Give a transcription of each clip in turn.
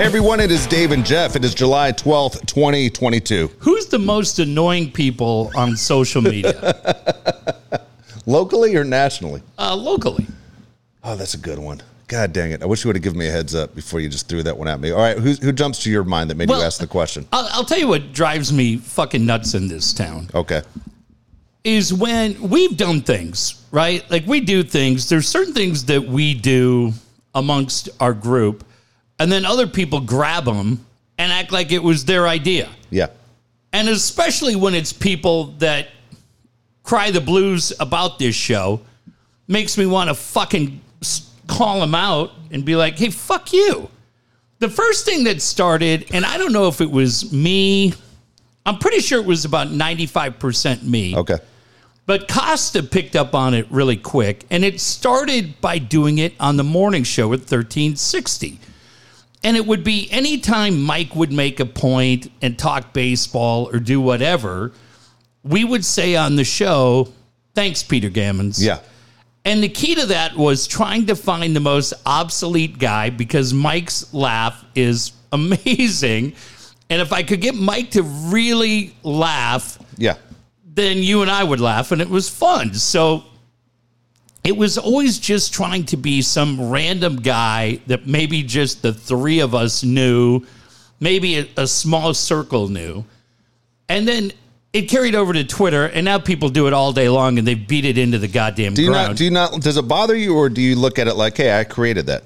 everyone. It is Dave and Jeff. It is July 12th, 2022. Who's the most annoying people on social media? Locally or nationally? Uh, locally. Oh, that's a good one. God dang it. I wish you would have given me a heads up before you just threw that one at me. All right, who, who jumps to your mind that made Well- uh, you ask the question? I'll, I'll tell you what drives me fucking nuts in this town Okay. is when we've done things, right? Like we do things, there's certain things that we do amongst our group, and then other people grab them and act like it was their idea. Yeah. And especially when it's people that cry the blues about this show, makes me want to fucking s- call them out and be like, hey, fuck you. The first thing that started, and I don't know if it was me, I'm pretty sure it was about 95% me. Okay. But Costa picked up on it really quick, and it started by doing it on the morning show at 1360. And it would be anytime Mike would make a point and talk baseball or do whatever, we would say on the show, Thanks, Peter Gammons. Yeah. And the key to that was trying to find the most obsolete guy because Mike's laugh is amazing. And if I could get Mike to really laugh, Yeah. then you and I would laugh, and it was fun. So it was always just trying to be some random guy that maybe just the three of us knew, maybe a, a small circle knew. And then it carried over to Twitter, and now people do it all day long and they beat it into the goddamn Do you ground. not, do you not, does it bother you or do you look at it like, hey, I created that?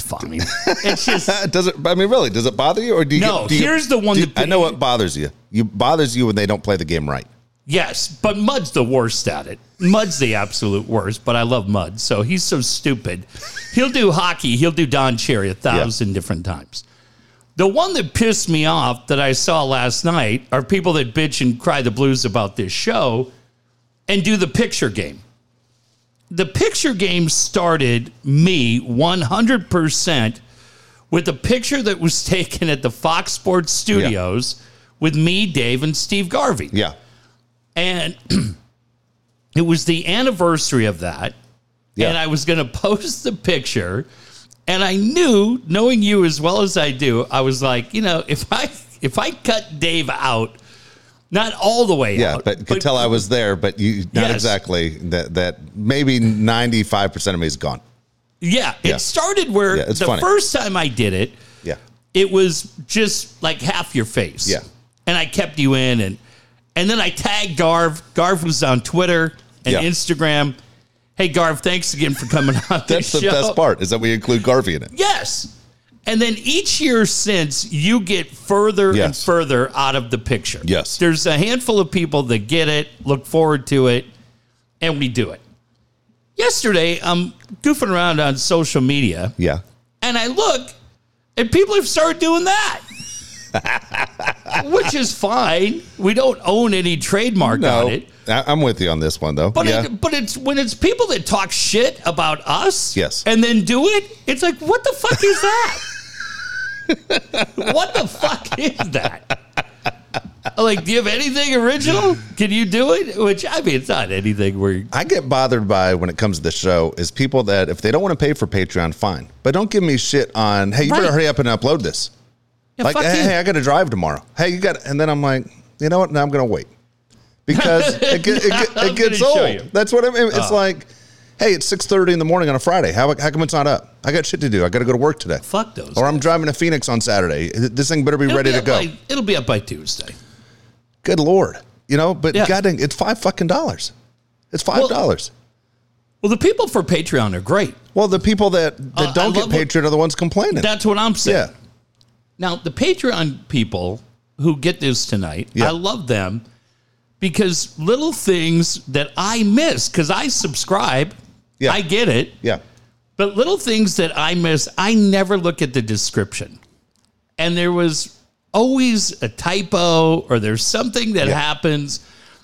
funny. it's just. Uh, Does it, I mean, really, does it bother you or do you No, get- do you- here's the one do you- that- I know what bothers you. You bothers you when they don't play the game right. Yes, but Mud's the worst at it. Mud's the absolute worst, but I love Mud, so he's so stupid. He'll do hockey, he'll do Don Cherry a thousand different times. The one that pissed me off that I saw last night are people that bitch and cry the blues about this show and do the picture game. The picture game started me 100% with a picture that was taken at the Fox Sports Studios with me, Dave, and Steve Garvey. Yeah. And it was the anniversary of that. Yeah. And I was going to post the picture. And I knew, knowing you as well as I do, I was like, you know, if I if I cut Dave out, not all the way Yeah, out, but could tell I was there, but you not Uh, Yes. exactly that that maybe 95% of me is gone. yeah, it Yeah. started where Yeah, it's the funny. first time I did it, Yeah. it was just like half your face. Yeah. And I kept you in and and then I tagged Garv. Garv was on Twitter and Yeah. Instagram. Hey Garv, thanks again for coming on. That's this the show. best part is that we include Garvey in it. Yes. And then each year since, you get further and Yes. further out of the picture. Yes. There's a handful of people that get it, look forward to it, and we do it. Yesterday, I'm goofing around on social media Yeah. and I look, and people have started doing that. Which is fine. We don't own any trademark No, on it. I, I'm with you on this one though. But yeah. it, but it's when it's people that talk shit about us, Yes. and then do it. It's like what the fuck is that? what the fuck is that? Like, do you have anything original? Can you do it? Which I mean, it's not anything where I get bothered by when it comes to the show is people that if they don't want to pay for Patreon, fine, but don't give me shit on. Hey, you Right. better hurry up and upload this. yeah, like, fuck hey, you. hey, I got to drive tomorrow. Hey, you got, and then I'm like, you know what? Now I'm going to wait because it, get, it, get- I'm it gets gonna show old. you. Uh. That's what I mean. It's like, hey, it's six thirty in the morning on a Friday. How, how come it's not up? I got shit to do. I got to go to work today. fuck those. Or I'm driving to Phoenix on Saturday. This thing better be It'll ready be to up go. By, it'll be up by Tuesday. Good lord, you know. But Yeah. god dang, it's five fucking dollars. It's five Well- dollars. Well, the people for Patreon are great. Well, the people that, that Uh, I don't get love what- Patreon are the ones complaining. That's what I'm saying. yeah, Now, the Patreon people who get this tonight, Yeah. I love them because little things that I miss, because I subscribe, Yeah. I get it, yeah, but little things that I miss, I never look at the description. And there was always a typo or there's something that Yeah. happens.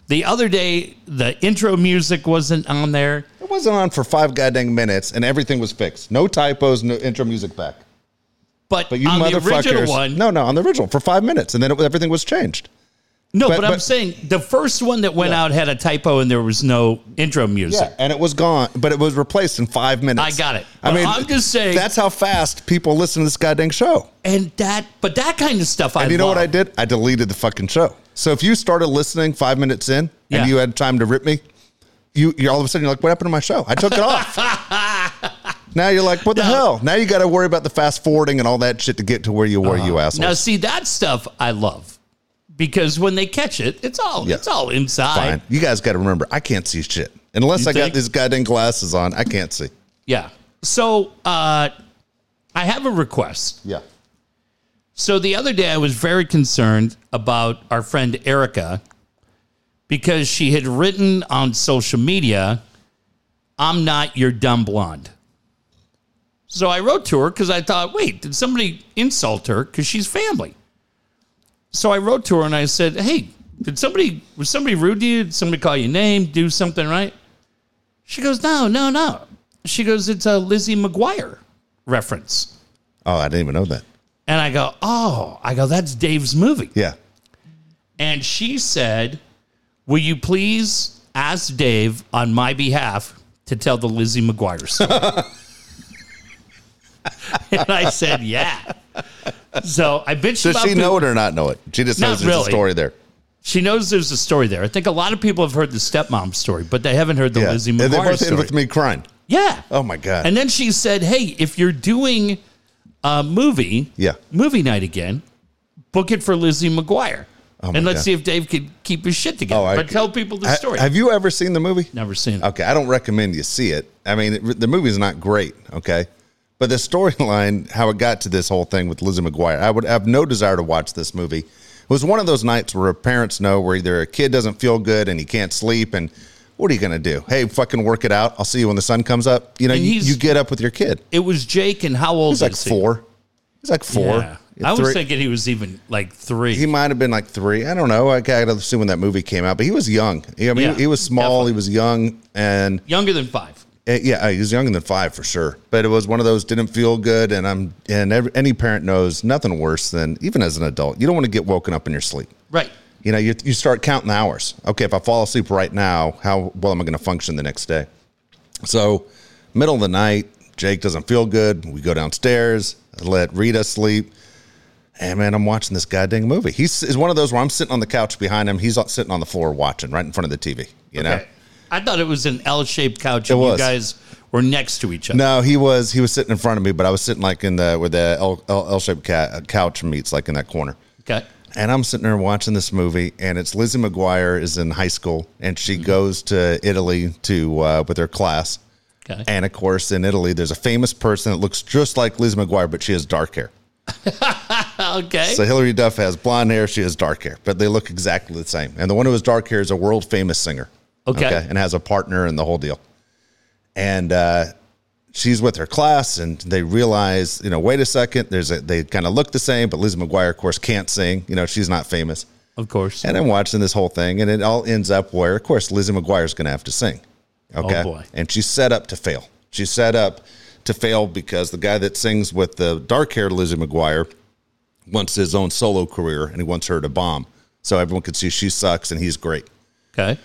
The other day, the intro music wasn't on there. it wasn't on for five goddamn minutes, and everything was fixed. No typos, no intro music back. But, But you on the motherfuckers, original one, no, no, on the original for five minutes, and then it, everything was changed. No, but, But- I'm but- saying the first one that went out had a typo and there was no intro music. Yeah, and it was gone, but it was replaced in five minutes. I got it. I But mean, I'm just saying- that's how fast people listen to this goddamn show. And that, but that kind of stuff I And you know what love. I did? I deleted the fucking show. So if you started listening five minutes in Yeah. and you had time to rip me, you you all of a sudden you're like, what happened to my show? I took it off. now you're like, what the No. hell? Now you got to worry about the fast forwarding and all that shit to get to where you were, you asshole. Now, see that stuff I love because when they catch it, it's all Yeah. it's all inside. Fine. You guys got to remember, I can't see shit unless You I think? got these goddamn glasses on. I can't see. Yeah. So uh, I have a request. Yeah. So the other day, I was very concerned about our friend Erica because she had written on social media, I'm not your dumb blonde. So I wrote to her because I thought, wait, did somebody insult her? Because she's family. So I wrote to her and I said, hey, did somebody, was somebody rude to you? Did somebody call your name, do something, right? She goes, no, no, no. She goes, it's a Lizzie McGuire reference. Oh, I didn't even know that. And I go, oh, I go, that's Dave's movie. Yeah. And she said, will you please ask Dave on my behalf to tell the Lizzie McGuire story? and I said, yeah. So I bitched Does about she the- know it or not know it? She just Not knows there's really. a story there. She knows there's a story there. I think a lot of people have heard the stepmom story, but they haven't heard the Yeah. Lizzie And they McGuire both story. ended with me crying. yeah. Oh my god. And then she said, "Hey, if you're doing a movie, Yeah. movie night again, book it for Lizzie McGuire, Oh, my and let's God. see if Dave could keep his shit together. Oh, I- but tell people the Ha- story. Have you ever seen the movie? Never seen it. Okay, I don't recommend you see it. I mean, it, the movie's not great. Okay, but the storyline, how it got to this whole thing with Lizzie McGuire, I would have no desire to watch this movie. It was one of those nights where parents know where either a kid doesn't feel good and he can't sleep, and what are you going to do? Hey, fucking work it out. I'll see you when the sun comes up. You know, And you, he's- you get up with your kid. It was Jake, and how old He's like is he? four. He's like four. Yeah. I was Three- thinking he was even like three. he might have been like three. I don't know. I gotta assume when that movie came out, but he was young. I mean, Yeah, he was small. He was young, and Younger than five. uh, yeah, uh, he was younger than five for sure. But it was one of those didn't feel good, and I'm and every, any parent knows nothing worse than even as an adult, you don't want to get woken up in your sleep. Right. You know, you you start counting the hours. Okay, if I fall asleep right now, how well am I going to function the next day? So, middle of the night, Jake doesn't feel good. We go downstairs, I let Rita sleep. And man, I'm watching this goddamn movie. He's is one of those where I'm sitting on the couch behind him. He's sitting on the floor watching right in front of the TV. You know, Okay. I thought it was an L-shaped couch, and you was. guys were next to each other. No, he was he was sitting in front of me, but I was sitting like in the where the L, L, L-shaped ca- uh, couch meets, like in that corner. Okay. And I'm sitting there watching this movie, and it's Lizzie McGuire is in high school, and she goes to Italy to uh, with her class. Okay. And of course, in Italy, there's a famous person that looks just like Lizzie McGuire, but she has dark hair. okay. So Hilary Duff has blonde hair, she has dark hair, but they look exactly the same. And the one who has dark hair is a world famous singer. Okay. And has a partner and the whole deal. And uh, she's with her class, and they realize, you know, wait a second, there's a, they kind of look the same, but Liz McGuire, of course, can't sing. You know, she's not famous. of course. And I'm watching this whole thing, and it all ends up where, of course, Lizzie McGuire's going to have to sing. Okay. Oh, boy. And she's set up to fail. She's set up to fail because the guy that sings with the dark haired Lizzie McGuire wants his own solo career and he wants her to bomb. So everyone can see she sucks and he's great. Okay.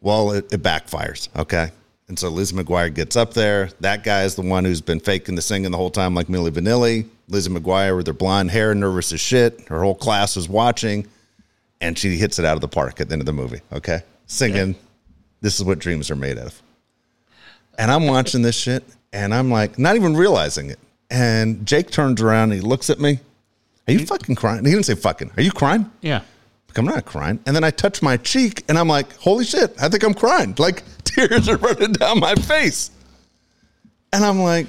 Well, it, it backfires. Okay. And so Lizzie McGuire gets up there. That guy is the one who's been faking the singing the whole time, like Millie Vanilli. Lizzie McGuire with her blonde hair, nervous as shit. Her whole class is watching. And she hits it out of the park at the end of the movie. Okay. Singing, This is what dreams are made of. And I'm watching this shit and I'm like, not even realizing it. And Jake turns around and he looks at me. Are you fucking crying? He didn't say fucking. Are you crying? Yeah. Like, I'm not crying. And then I touch my cheek and I'm like, holy shit, I think I'm crying. Like tears are running down my face. And I'm like,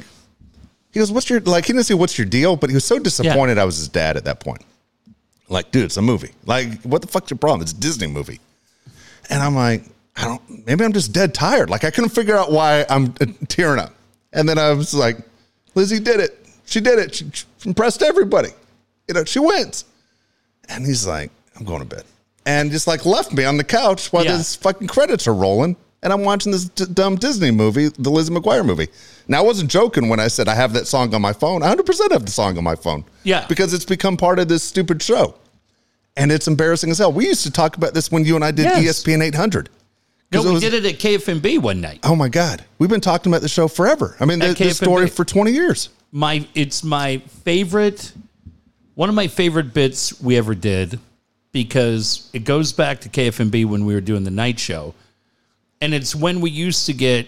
he goes, what's your, like, he didn't say, what's your deal? But he was so disappointed I was his dad at that point. Like, dude, it's a movie. Like, what the fuck's your problem? It's a Disney movie. And I'm like, I don't, maybe I'm just dead tired. Like, I couldn't figure out why I'm uh, tearing up. And then I was like, Lizzie did it. She did it. She, she impressed everybody. You know, she wins. And he's like, I'm going to bed. And just like left me on the couch while Yeah. this fucking credits are rolling. And I'm watching this d- dumb Disney movie, the Lizzie McGuire movie. Now, I wasn't joking when I said I have that song on my phone. I 100% have the song on my phone. Yeah. Because it's become part of this stupid show. And it's embarrassing as hell. We used to talk about this when you and I did E Yes. ESPN 800. 'Cause No, we was- did it at KFMB one night. Oh my God. We've been talking about the show forever. I mean, th- At this KFMB. story for 20 years. My it's my favorite one of my favorite bits we ever did because it goes back to KFMB when we were doing the night show. And it's when we used to get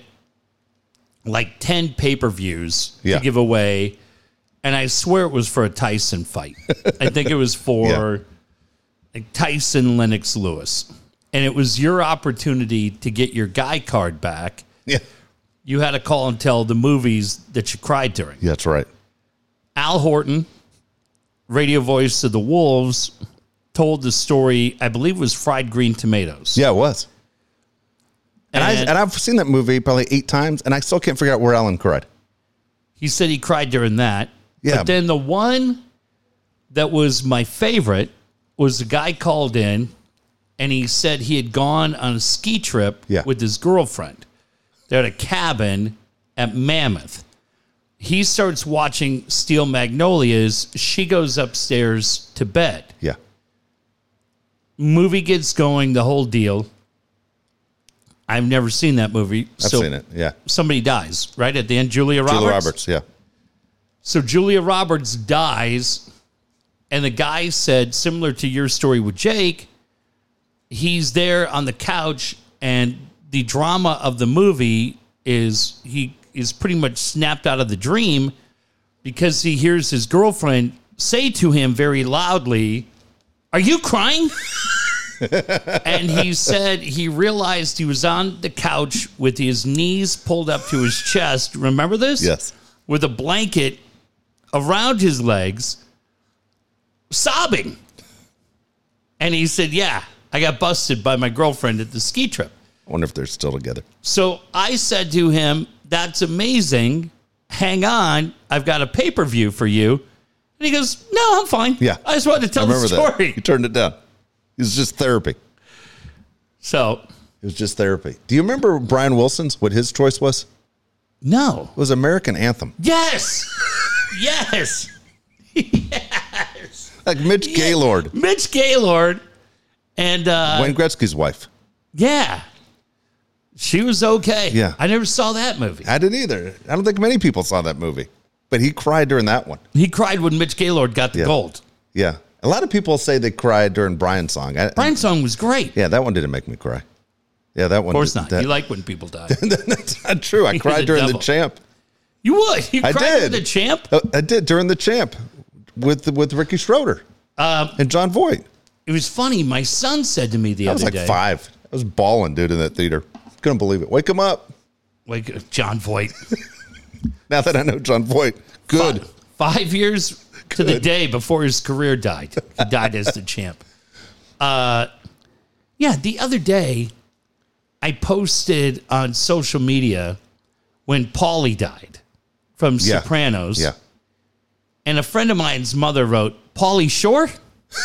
like 10 pay-per-views Yeah. to give away and I swear it was for a Tyson fight. I think it was for Yeah. like Tyson Lennox Lewis. And it was your opportunity to get your guy card back. Yeah. You had to call and tell the movies that you cried during. Yeah, that's right. Al Horton, radio voice of the Wolves, told the story, I believe it was fried green tomatoes. Yeah, it was. And, And, I, and I've seen that movie probably eight times, and I still can't figure out where Alan cried. he said he cried during that. Yeah. But then the one that was my favorite was the guy called in and he said he had gone on a ski trip Yeah. with his girlfriend. They're at a cabin at Mammoth. He starts watching Steel Magnolias. She goes upstairs to bed. Yeah. movie gets going, the whole deal. I've never seen that movie. I've seen it. Yeah. Somebody dies right at the end. Julia Roberts. Julia Roberts. Yeah. So Julia Roberts dies, and the guy said, similar to your story with Jake, he's there on the couch, and the drama of the movie is he is pretty much snapped out of the dream because he hears his girlfriend say to him very loudly, Are you crying? and he said he realized he was on the couch with his knees pulled up to his chest. Remember this? Yes. with a blanket around his legs, sobbing. And he said, Yeah, I got busted by my girlfriend at the ski trip. I wonder if they're still together. So I said to him, That's amazing. Hang on. I've got a pay per view for you. And he goes, No, I'm fine. Yeah. I just wanted to I tell the remember story. that. You turned it down. It was just therapy. It So, was just therapy. Do you remember Brian Wilson's, what his choice was? no. It was American Anthem. Yes. yes. Like Mitch Gaylord, Mitch Gaylord and uh, Wayne Gretzky's wife. Yeah. She was okay. Yeah. I never saw that movie. I didn't either. I don't think many people saw that movie, but he cried during that one. He cried when Mitch Gaylord got the Yeah. gold. Yeah. A lot of people say they cried during Brian's song. I, Brian's song was great. yeah, that one didn't make me cry. Yeah, that one. Of course not. That, you like when people die. that's not true. I You're cried the during the devil. champ. You would. You I cried did. to the champ. Uh, I did during the champ with with Ricky Schroeder Um, and John Voight. It was funny. My son said to me the I other was like day, five. I was bawling, dude, in that theater. Couldn't believe it. Wake him up. like uh, John Voight, Now that I know John Voight, good. five years to the day before his career died. He died as the champ. Uh, yeah, the other day, I posted on social media when Paulie died from Yeah. Sopranos. Yeah. And a friend of mine's mother wrote, Paulie Shore?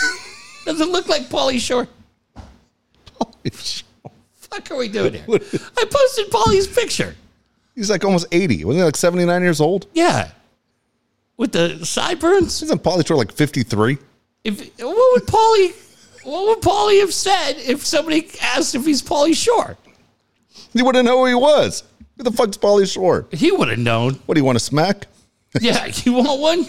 Doesn't look like Paulie Shore. Fuck are we doing here? I posted Paulie's picture. He's like almost 80. Wasn't he like 79 years old? Yeah. With the sideburns? Isn't Pauly Shore like 53? If what would Paulie what would Paulie have said if somebody asked if he's Paulie Shore? You wouldn't know who he was. Who the fuck's Pauly Shore? He would have known. What do you want to smack? Yeah, you want one?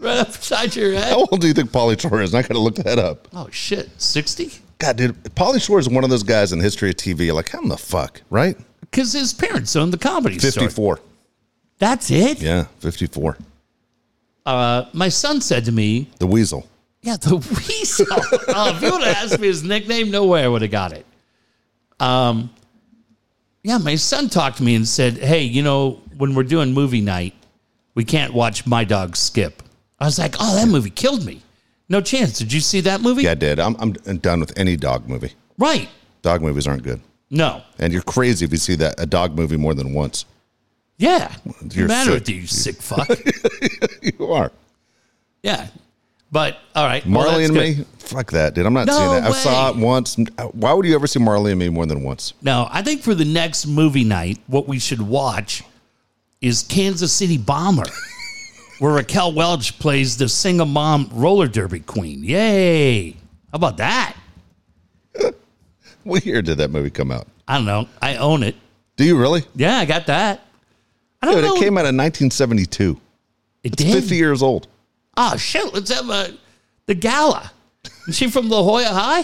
Right upside your head. How old do you think Pauly Shore is? I gotta look that up. Oh shit. Sixty? God, dude, Pauly Shore is one of those guys in the history of TV. Like, how in the fuck, right? Because his parents owned the comedy store. 54. That's it? Yeah, 54. Uh, my son said to me, The Weasel. Yeah, the weasel. oh, if you would have asked me his nickname, no way I would have got it. Um, yeah, my son talked to me and said, "Hey, you know, when we're doing movie night, we can't watch My Dog Skip." I was like, "Oh, that movie killed me. No chance. Did you see that movie? Yeah, I did. I'm, I'm done with any dog movie. Right? Dog movies aren't good. No. And you're crazy if you see that a dog movie more than once. Yeah. What's the You're matter sick. with you, you sick fuck? You are. yeah. But all right, well, Marley that's and good. me? Fuck that, dude. I'm not No seeing that. I saw it way. once. Why would you ever see Marley and me more than once? No, I think for the next movie night, what we should watch is Kansas City Bomber. where Raquel Welch plays the single mom roller derby queen. Yay! How about that? What year did that movie come out? I don't know. I own it. Do you really? Yeah, I got that. I don't Dude, know. it came out in 1972. It It's 50 years old. Oh shit! Let's have a the gala. Is she from La Jolla High?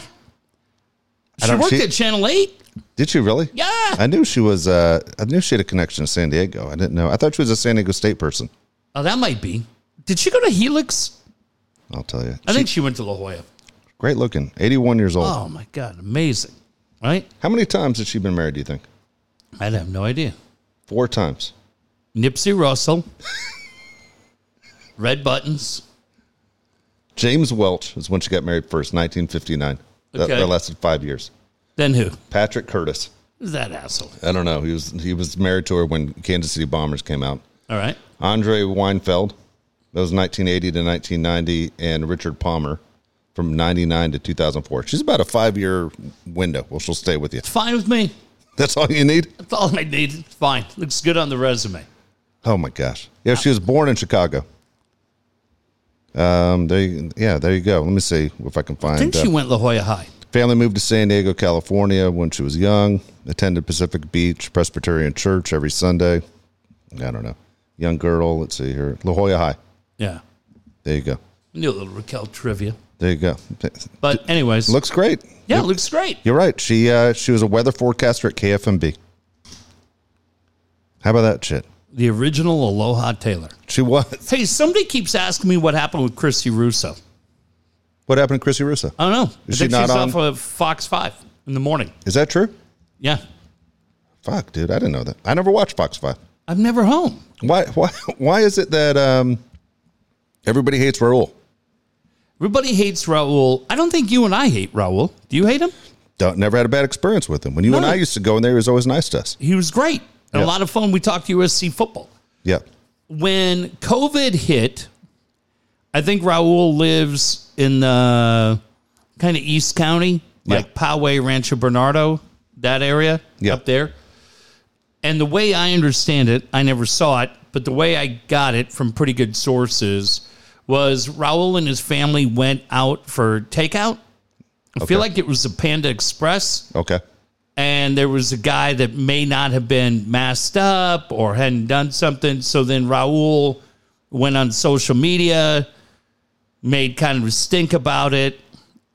She don't- worked she- at Channel Eight. Did she really? Yeah. I knew she was. Uh, I knew she had a connection to San Diego. I didn't know. I thought she was a San Diego State person. Oh, that might be. Did she go to Helix? I'll tell you. I think she went to La Jolla. Great looking. 81 years old. Oh my god, amazing! Right? How many times has she been married? Do you think? I'd have no idea. Four times. Nipsey Russell, Red Buttons. James Welch is when she got married first, 1959. That, Okay. that lasted five years. Then who? Patrick Curtis. Who's that asshole? I don't know. He was he was married to her when Kansas City Bombers came out. All right. Andre Weinfeld. That was 1980 to 1990, and Richard Palmer from 99 to 2004. She's about a five year window. Well, she'll stay with you. It's fine with me. That's all you need. That's all I need. It's fine. Looks good on the resume. Oh my gosh! Yeah, she was born in Chicago. Um, there, you, yeah, there you go. Let me see if I can I find. think she Uh, went La Jolla High. family moved to San Diego, California, when she was young. Attended Pacific Beach Presbyterian Church every Sunday. I don't know. Young girl. Let's see here. La Jolla High. Yeah. There you go. We knew a little Raquel trivia. There you go. But anyways, Looks great. yeah, it looks great. You're right. She uh, she was a weather forecaster at KFMB. How about that shit? The original Aloha Taylor. She was. Hey, somebody keeps asking me what happened with Christy Russo. What happened to Chrissy Russo? I don't know. Is she I think not she's on? off of Fox Five in the morning. Is that true? Yeah, Fuck, dude. I didn't know that. I never watched Fox Five. I'm never home. Why why why is it that um, everybody hates Raul? Everybody hates Raul. I don't think you and I hate Raul. Do you hate him? Don't never had a bad experience with him. When you and No. I used to go in there, he was always nice to us. He was great. And Yeah. A lot of fun. We talked USC football. Yeah. When COVID hit, I think Raul lives in the kind of East County, like Yeah. Poway, Rancho Bernardo, that area Yeah. up there. And the way I understand it, I never saw it, but the way I got it from pretty good sources was Raul and his family went out for takeout. I Okay. feel like it was the Panda Express Okay. and there was a guy that may not have been masked up or hadn't done something. So then Raul went on social media, made kind of a stink about it,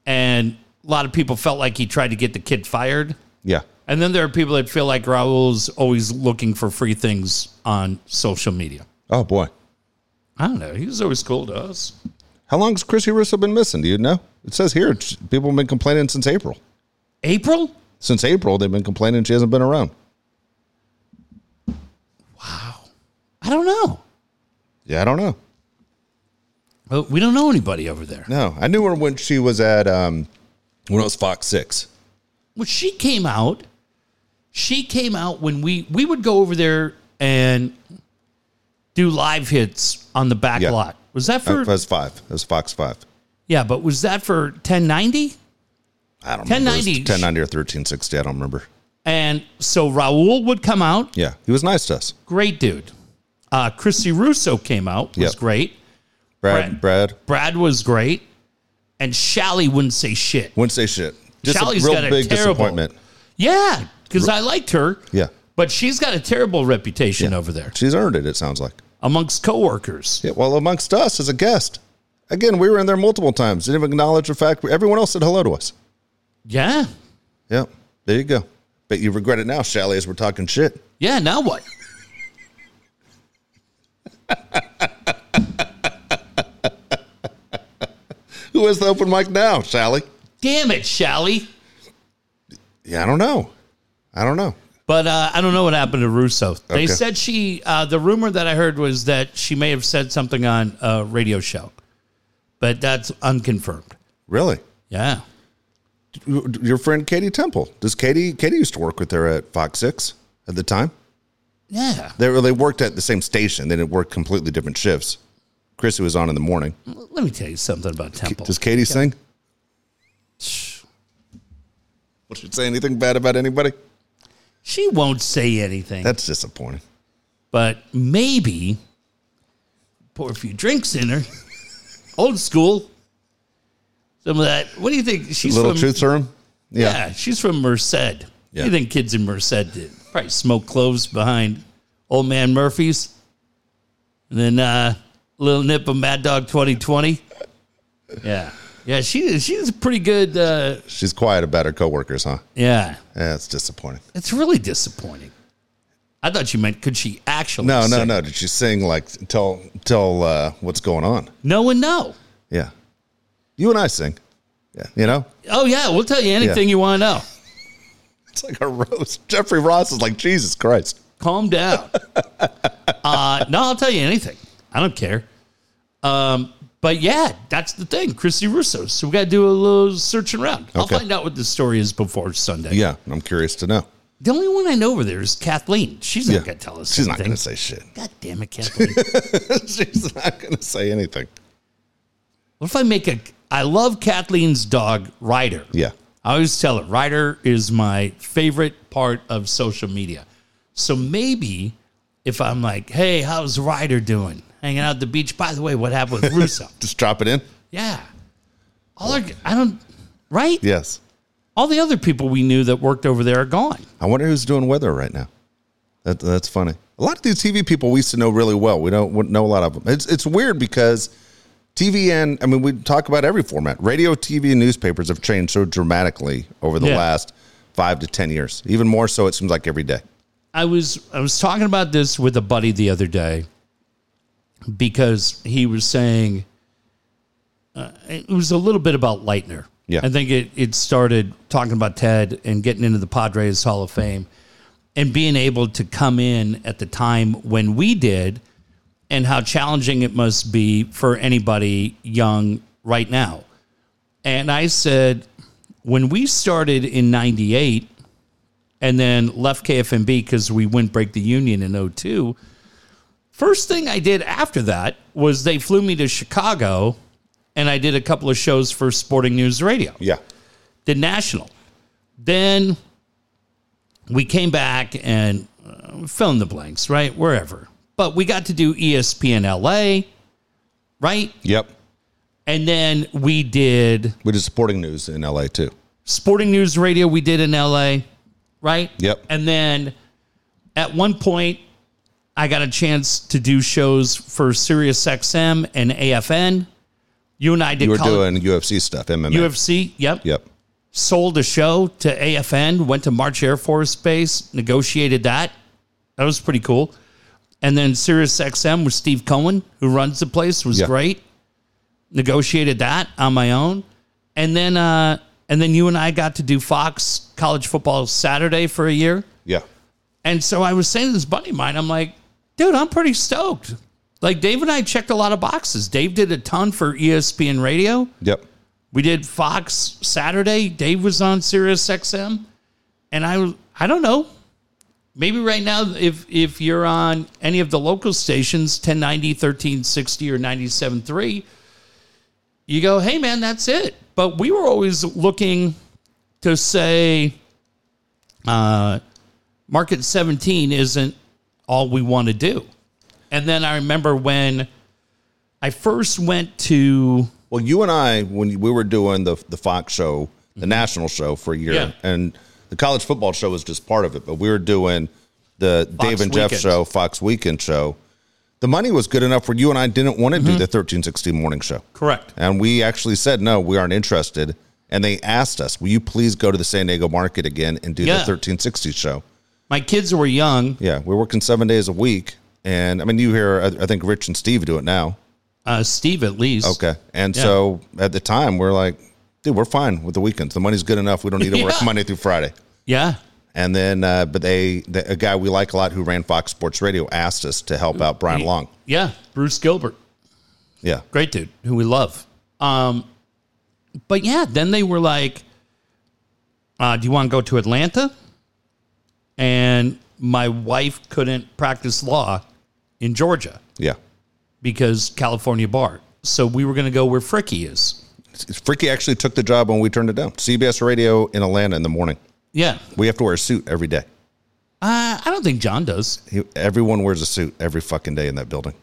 and a lot of people felt like he tried to get the kid fired. Yeah. And then there are people that feel like Raul's always looking for free things on social media. Oh boy. I don't know. He was always cool to us. How long has Chrissy Russo been missing? Do you know? It says here it's- people have been complaining since April. April? Since April, they've been complaining she hasn't been around. I don't know. Yeah, I don't know. Uh, We don't know anybody over there. No, I knew her when she was at um, when it was Fox Six. Well, she came out. She came out when we we would go over there and do live hits on the back Yeah. lot. Was that Uh, for it was five. It was Fox Five. yeah? But was that for 1090? I don't remember. 1090. Ten ninety or thirteen sixty. I don't remember. And so Raul would come out, Yeah, he was nice to us. great dude. Uh, Chrissy Russo came out, was Yep. great. Brad. Brad Brad was great, and Shally wouldn't say shit. wouldn't say shit. Just Sally's a real got a big terrible- disappointment. Yeah, because I liked her. Yeah, But she's got a terrible reputation over there she's earned it. It sounds like. amongst coworkers. Yeah. Well, amongst us as a guest, again, we were in there multiple times. Didn't even acknowledge the fact. Everyone else said hello to us. Yeah, Yeah. There you go. But you regret it now, Shelly, as we're talking shit. yeah. Now what? Who has the open mic now, Sally? Damn it, Shally. Yeah, I don't know. I don't know. But uh, I don't know what happened to Russo. They Okay. said she. Uh, the rumor that I heard was that she may have said something on a radio show, but that's unconfirmed. Really. Yeah, your friend Katie Temple. Does Katie Katie used to work with her at Fox Six at the time? yeah. They were, they worked at the same station. They didn't work completely different shifts. Chrissy was on in the morning. Let me tell you something about Temple. Does Katie sing? Would she say anything bad about anybody? She won't say anything, That's disappointing. but maybe. pour a few drinks in her. Old school. Some of that. What do you think? She's Little from, truth serum. Yeah. she's from Merced. What do Yeah. you think kids in Merced did? Probably smoke cloves behind old man Murphy's. And then uh little nip of Mad Dog 2020. Yeah. Yeah, she she's a pretty good uh She's quiet about her coworkers, huh? yeah. Yeah, it's disappointing. It's really disappointing. I thought you meant could she actually No, no, sing? no. Did she sing like tell tell uh, what's going on? No and no. Yeah. You and I sing. Yeah. You know? Oh yeah, we'll tell you anything you want to know. It's like a roast. Jeffrey Ross is like, Jesus Christ. Calm down. uh, no, I'll tell you anything. I don't care. Um, but yeah, that's the thing, Christy Russo. So we got to do a little searching around. I'll Okay. find out what the story is before Sunday. Yeah. I'm curious to know. The only one I know over there is Kathleen. She's Yeah. not going to tell us She's not anything. going to say shit. God damn it, Kathleen. She's not going to say anything. what if I make a? I love Kathleen's dog Ryder. Yeah. I always tell her, Ryder is my favorite part of social media. So maybe if I'm like, hey, how's Ryder doing? Hanging out at the beach. By the way, what happened with Russo? Just drop it in. yeah. All our, I don't, right? Yes. All the other people we knew that worked over there are gone. I wonder who's doing weather right now. That, that's funny. A lot of these TV people we used to know really well. We don't wouldn't know a lot of them. It's it's weird because TV and I mean we talk about every format. Radio, TV, and newspapers have changed so dramatically over the Yeah. last five to ten years. Even more so, it seems like every day. I was I was talking about this with a buddy the other day because he was saying uh, it was a little bit about Leitner. Yeah. I think it it started talking about Ted and getting into the Padres Hall of Fame and being able to come in at the time when we did and how challenging it must be for anybody young right now. And I said when we started in 98 and then left KFMB because we wouldn't break the union in 02. First thing I did after that was they flew me to Chicago and I did a couple of shows for Sporting News Radio, Yeah. did national. Then we came back and uh, fill in the blanks, right? Wherever. But we got to do E ESPN LA, right? Yep. And then we did We did sporting news in LA too. sporting news radio we did in LA, right? Yep. And then at one point, I got a chance to do shows for Sirius XM and AFN. You and I did You were college- doing UFC stuff, MMA. UFC. Yep. yep. Sold a show to AFN, went to March Air Force Base, negotiated that. That was pretty cool. And then Sirius XM with Steve Cohen, who runs the place, was Yeah. great. Negotiated that on my own. And then uh and then you and I got to do Fox College Football Saturday for a year. Yeah. And so I was saying to this buddy of mine, I'm like, dude, I'm pretty stoked. Like Dave and I checked a lot of boxes. Dave did a ton for E ESPN radio. Yep. We did Fox Saturday. Dave was on Sirius XM, and I I don't know. Maybe right now, if if you're on any of the local stations, 1090, 1360, or 97.3, you go, hey man, that's it. But we were always looking to say, uh, market 17 isn't all we want to do. And then I remember when I first went to Well, you and I, when we were doing the the Fox show, the national show for a year, Mm-hmm. Yeah. and the college football show was just part of it, but we were doing the Dave and Jeff Weekend. show, Fox Weekend show. The money was good enough where you and I didn't want to Mm-hmm. do the thirteen sixty morning show, correct. and we actually said no, we aren't interested. And they asked us, "Will you please go to the San Diego market again and do the Yeah. thirteen sixty show?" My kids were young. Yeah, we're working seven days a week, and I mean, you hear, I I think Rich and Steve do it now. Uh, Steve, at least. Okay. And so at the time, we're like, dude, we're fine with the weekends. The money's good enough. We don't need to work Yeah. Monday through Friday. Yeah. And then, uh, but they, the, a guy we like a lot who ran Fox Sports Radio asked us to help out Brian Long. Yeah. Bruce Gilbert, Yeah. great dude, who we love. Um, but yeah, then they were like, uh, "Do you want to go to Atlanta?" And my wife couldn't practice law in Georgia Yeah. because California bar. So we were going to go where Fricky is. Fricky actually took the job when we turned it down. CBS Radio in Atlanta in the morning. Yeah. We have to wear a suit every day. Uh, I don't think John does. He, everyone wears a suit every fucking day in that building.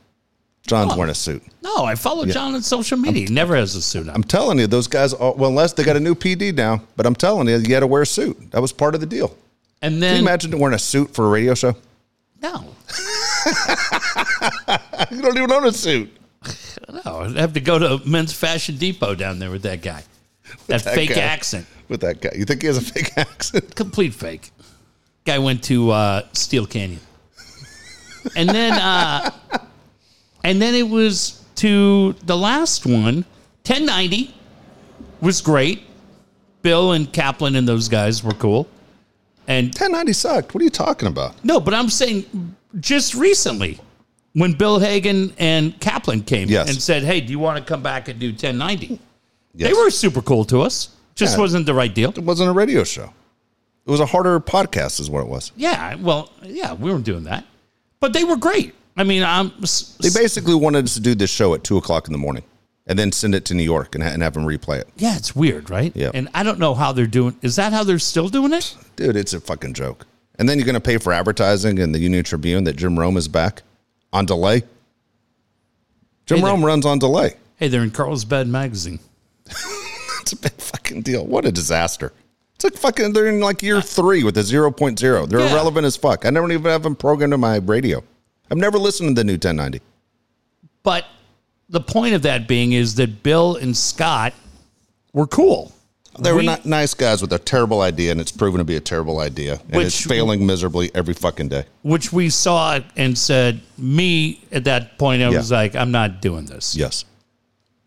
John's wearing a suit. No, I follow John on social media. He never has a suit on. I'm telling you, those guys. All, well, unless they got a new PD now, but I'm telling you, you got to wear a suit. That was part of the deal. and Can then you imagine wearing a suit for a radio show? no, You don't even own a suit. no, I'd have to go to Men's Fashion Depot down there with that guy. That, that fake guy. accent, With that guy, you think he has a fake accent? complete fake. Guy went to uh, Steel Canyon, and then uh, and then it was to the last one. 1090 was great. Bill and Kaplan and those guys were cool, and 1090 sucked. What are you talking about? No, but I'm saying just recently when Bill Hagan and Kaplan came Yes. and said, "Hey, do you want to come back and do 1090?" Yes. They were super cool to us. Just Yeah. wasn't the right deal. It wasn't a radio show. It was a harder podcast, is what it was. Yeah, well, yeah, we weren't doing that, but they were great. I mean, I'm s- They s- basically wanted us to do this show at two o'clock in the morning, and then send it to New York and, ha- and have them replay it. yeah, it's weird, right? Yeah. and I don't know how they're doing. Is that how they're still doing it? Dude, it's a fucking joke. And then you're going to pay for advertising and the Union Tribune that Jim Rome is back on delay. Jim Hey there. Rome runs on delay. Hey, they're in Carlsbad magazine. It's a big fucking deal. What a disaster. It's like fucking, they're in like year three with a 0.0. They're Yeah. irrelevant as fuck. I never even have them programmed in my radio. I've never listened to the new 1090. But the point of that being is that Bill and Scott were cool. They were We- not nice guys with a terrible idea, and it's proven to be a terrible idea. And it's Which- failing miserably every fucking day. which we saw and said, me at that point, I Yeah. was like, I'm not doing this. Yes.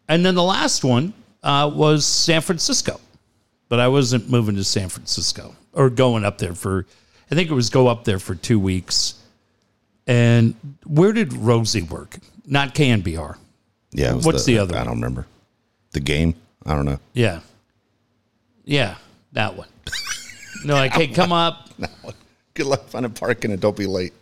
And then the last one uh, was San Francisco, but I wasn't moving to San Francisco or going up there for, I think it was go up there for two weeks. And where did Rosie work? Not KNBR. Yeah. it was What's the other I one? don't remember. The game? I don't know. Yeah. Yeah, that one. No, like, hey, come up. Good luck finding parking and don't be late.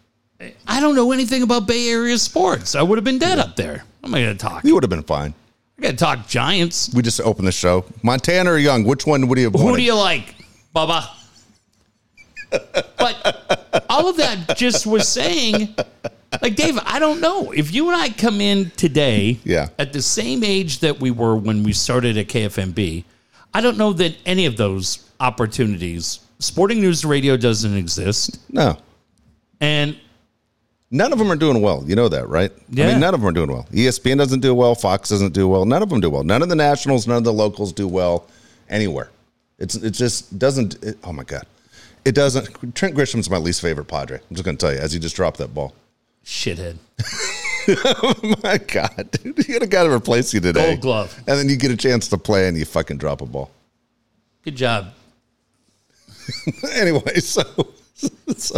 I don't know anything about Bay Area sports. I would have been dead up there. I'm not going to talk. You would have been fine. I got to talk Giants. We just opened the show. Montana or Young? Which one would you have wanted? Who do you like, Bubba? but all of that just was saying, like, Dave, I don't know. If you and I come in today Yeah. at the same age that we were when we started at KFMB, I don't know that any of those opportunities, sporting news radio doesn't exist. no. And None of them are doing well. You know that, right? I Yeah. mean, none of them are doing well. E ESPN doesn't do well. Fox doesn't do well. None of them do well. None of the nationals, none of the locals do well anywhere. It's it just doesn't. It, oh my god, it doesn't. Trent Grisham's my least favorite Padre. I'm just gonna tell you as he just dropped that ball. Oh shithead. my god, dude, you had a guy to replace you today. Gold glove. and then you get a chance to play and you fucking drop a ball. Good job. anyway, so, so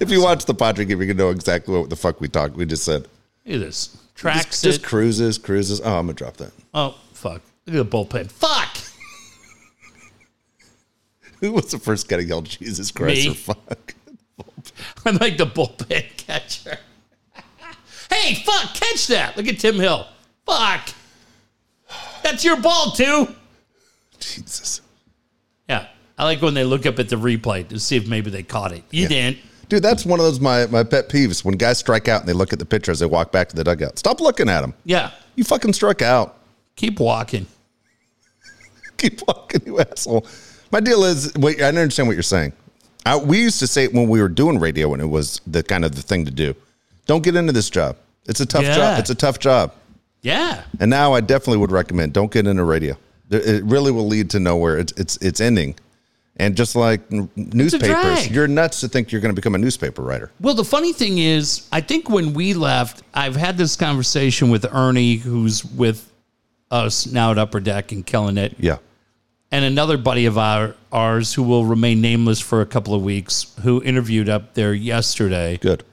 if you watch the Padre game, you can know exactly what the fuck we talked. We just said Look at this. Tracks just it. cruises, cruises. Oh, I'm gonna drop that. oh, fuck. Look at the bullpen. Fuck! Who was the first guy to yell Jesus Christ Me. or fuck? I'm like the bullpen catcher. hey, fuck, catch that. Look at Tim Hill. Fuck. That's your ball, too. Jesus. Yeah. I like when they look up at the replay to see if maybe they caught it. You didn't. Dude, that's one of those my, my pet peeves when guys strike out and they look at the pitcher as they walk back to the dugout. Stop looking at him. Yeah. You fucking struck out. Keep walking. Keep walking, you asshole. My deal is, wait, I don't understand what you're saying. I, we used to say it when we were doing radio and it was the kind of the thing to do. Don't get into this job. It's a tough Yeah. job. It's a tough job. Yeah. And now I definitely would recommend don't get into radio. There- It really will lead to nowhere. It's it's it's ending. And just like n- newspapers, drag. you're nuts to think you're going to become a newspaper writer. Well, the funny thing is, I think when we left, I've had this conversation with Ernie, who's with us now at Upper Deck and killing it. Yeah. and another buddy of our, ours who will remain nameless for a couple of weeks who interviewed up there yesterday. Good.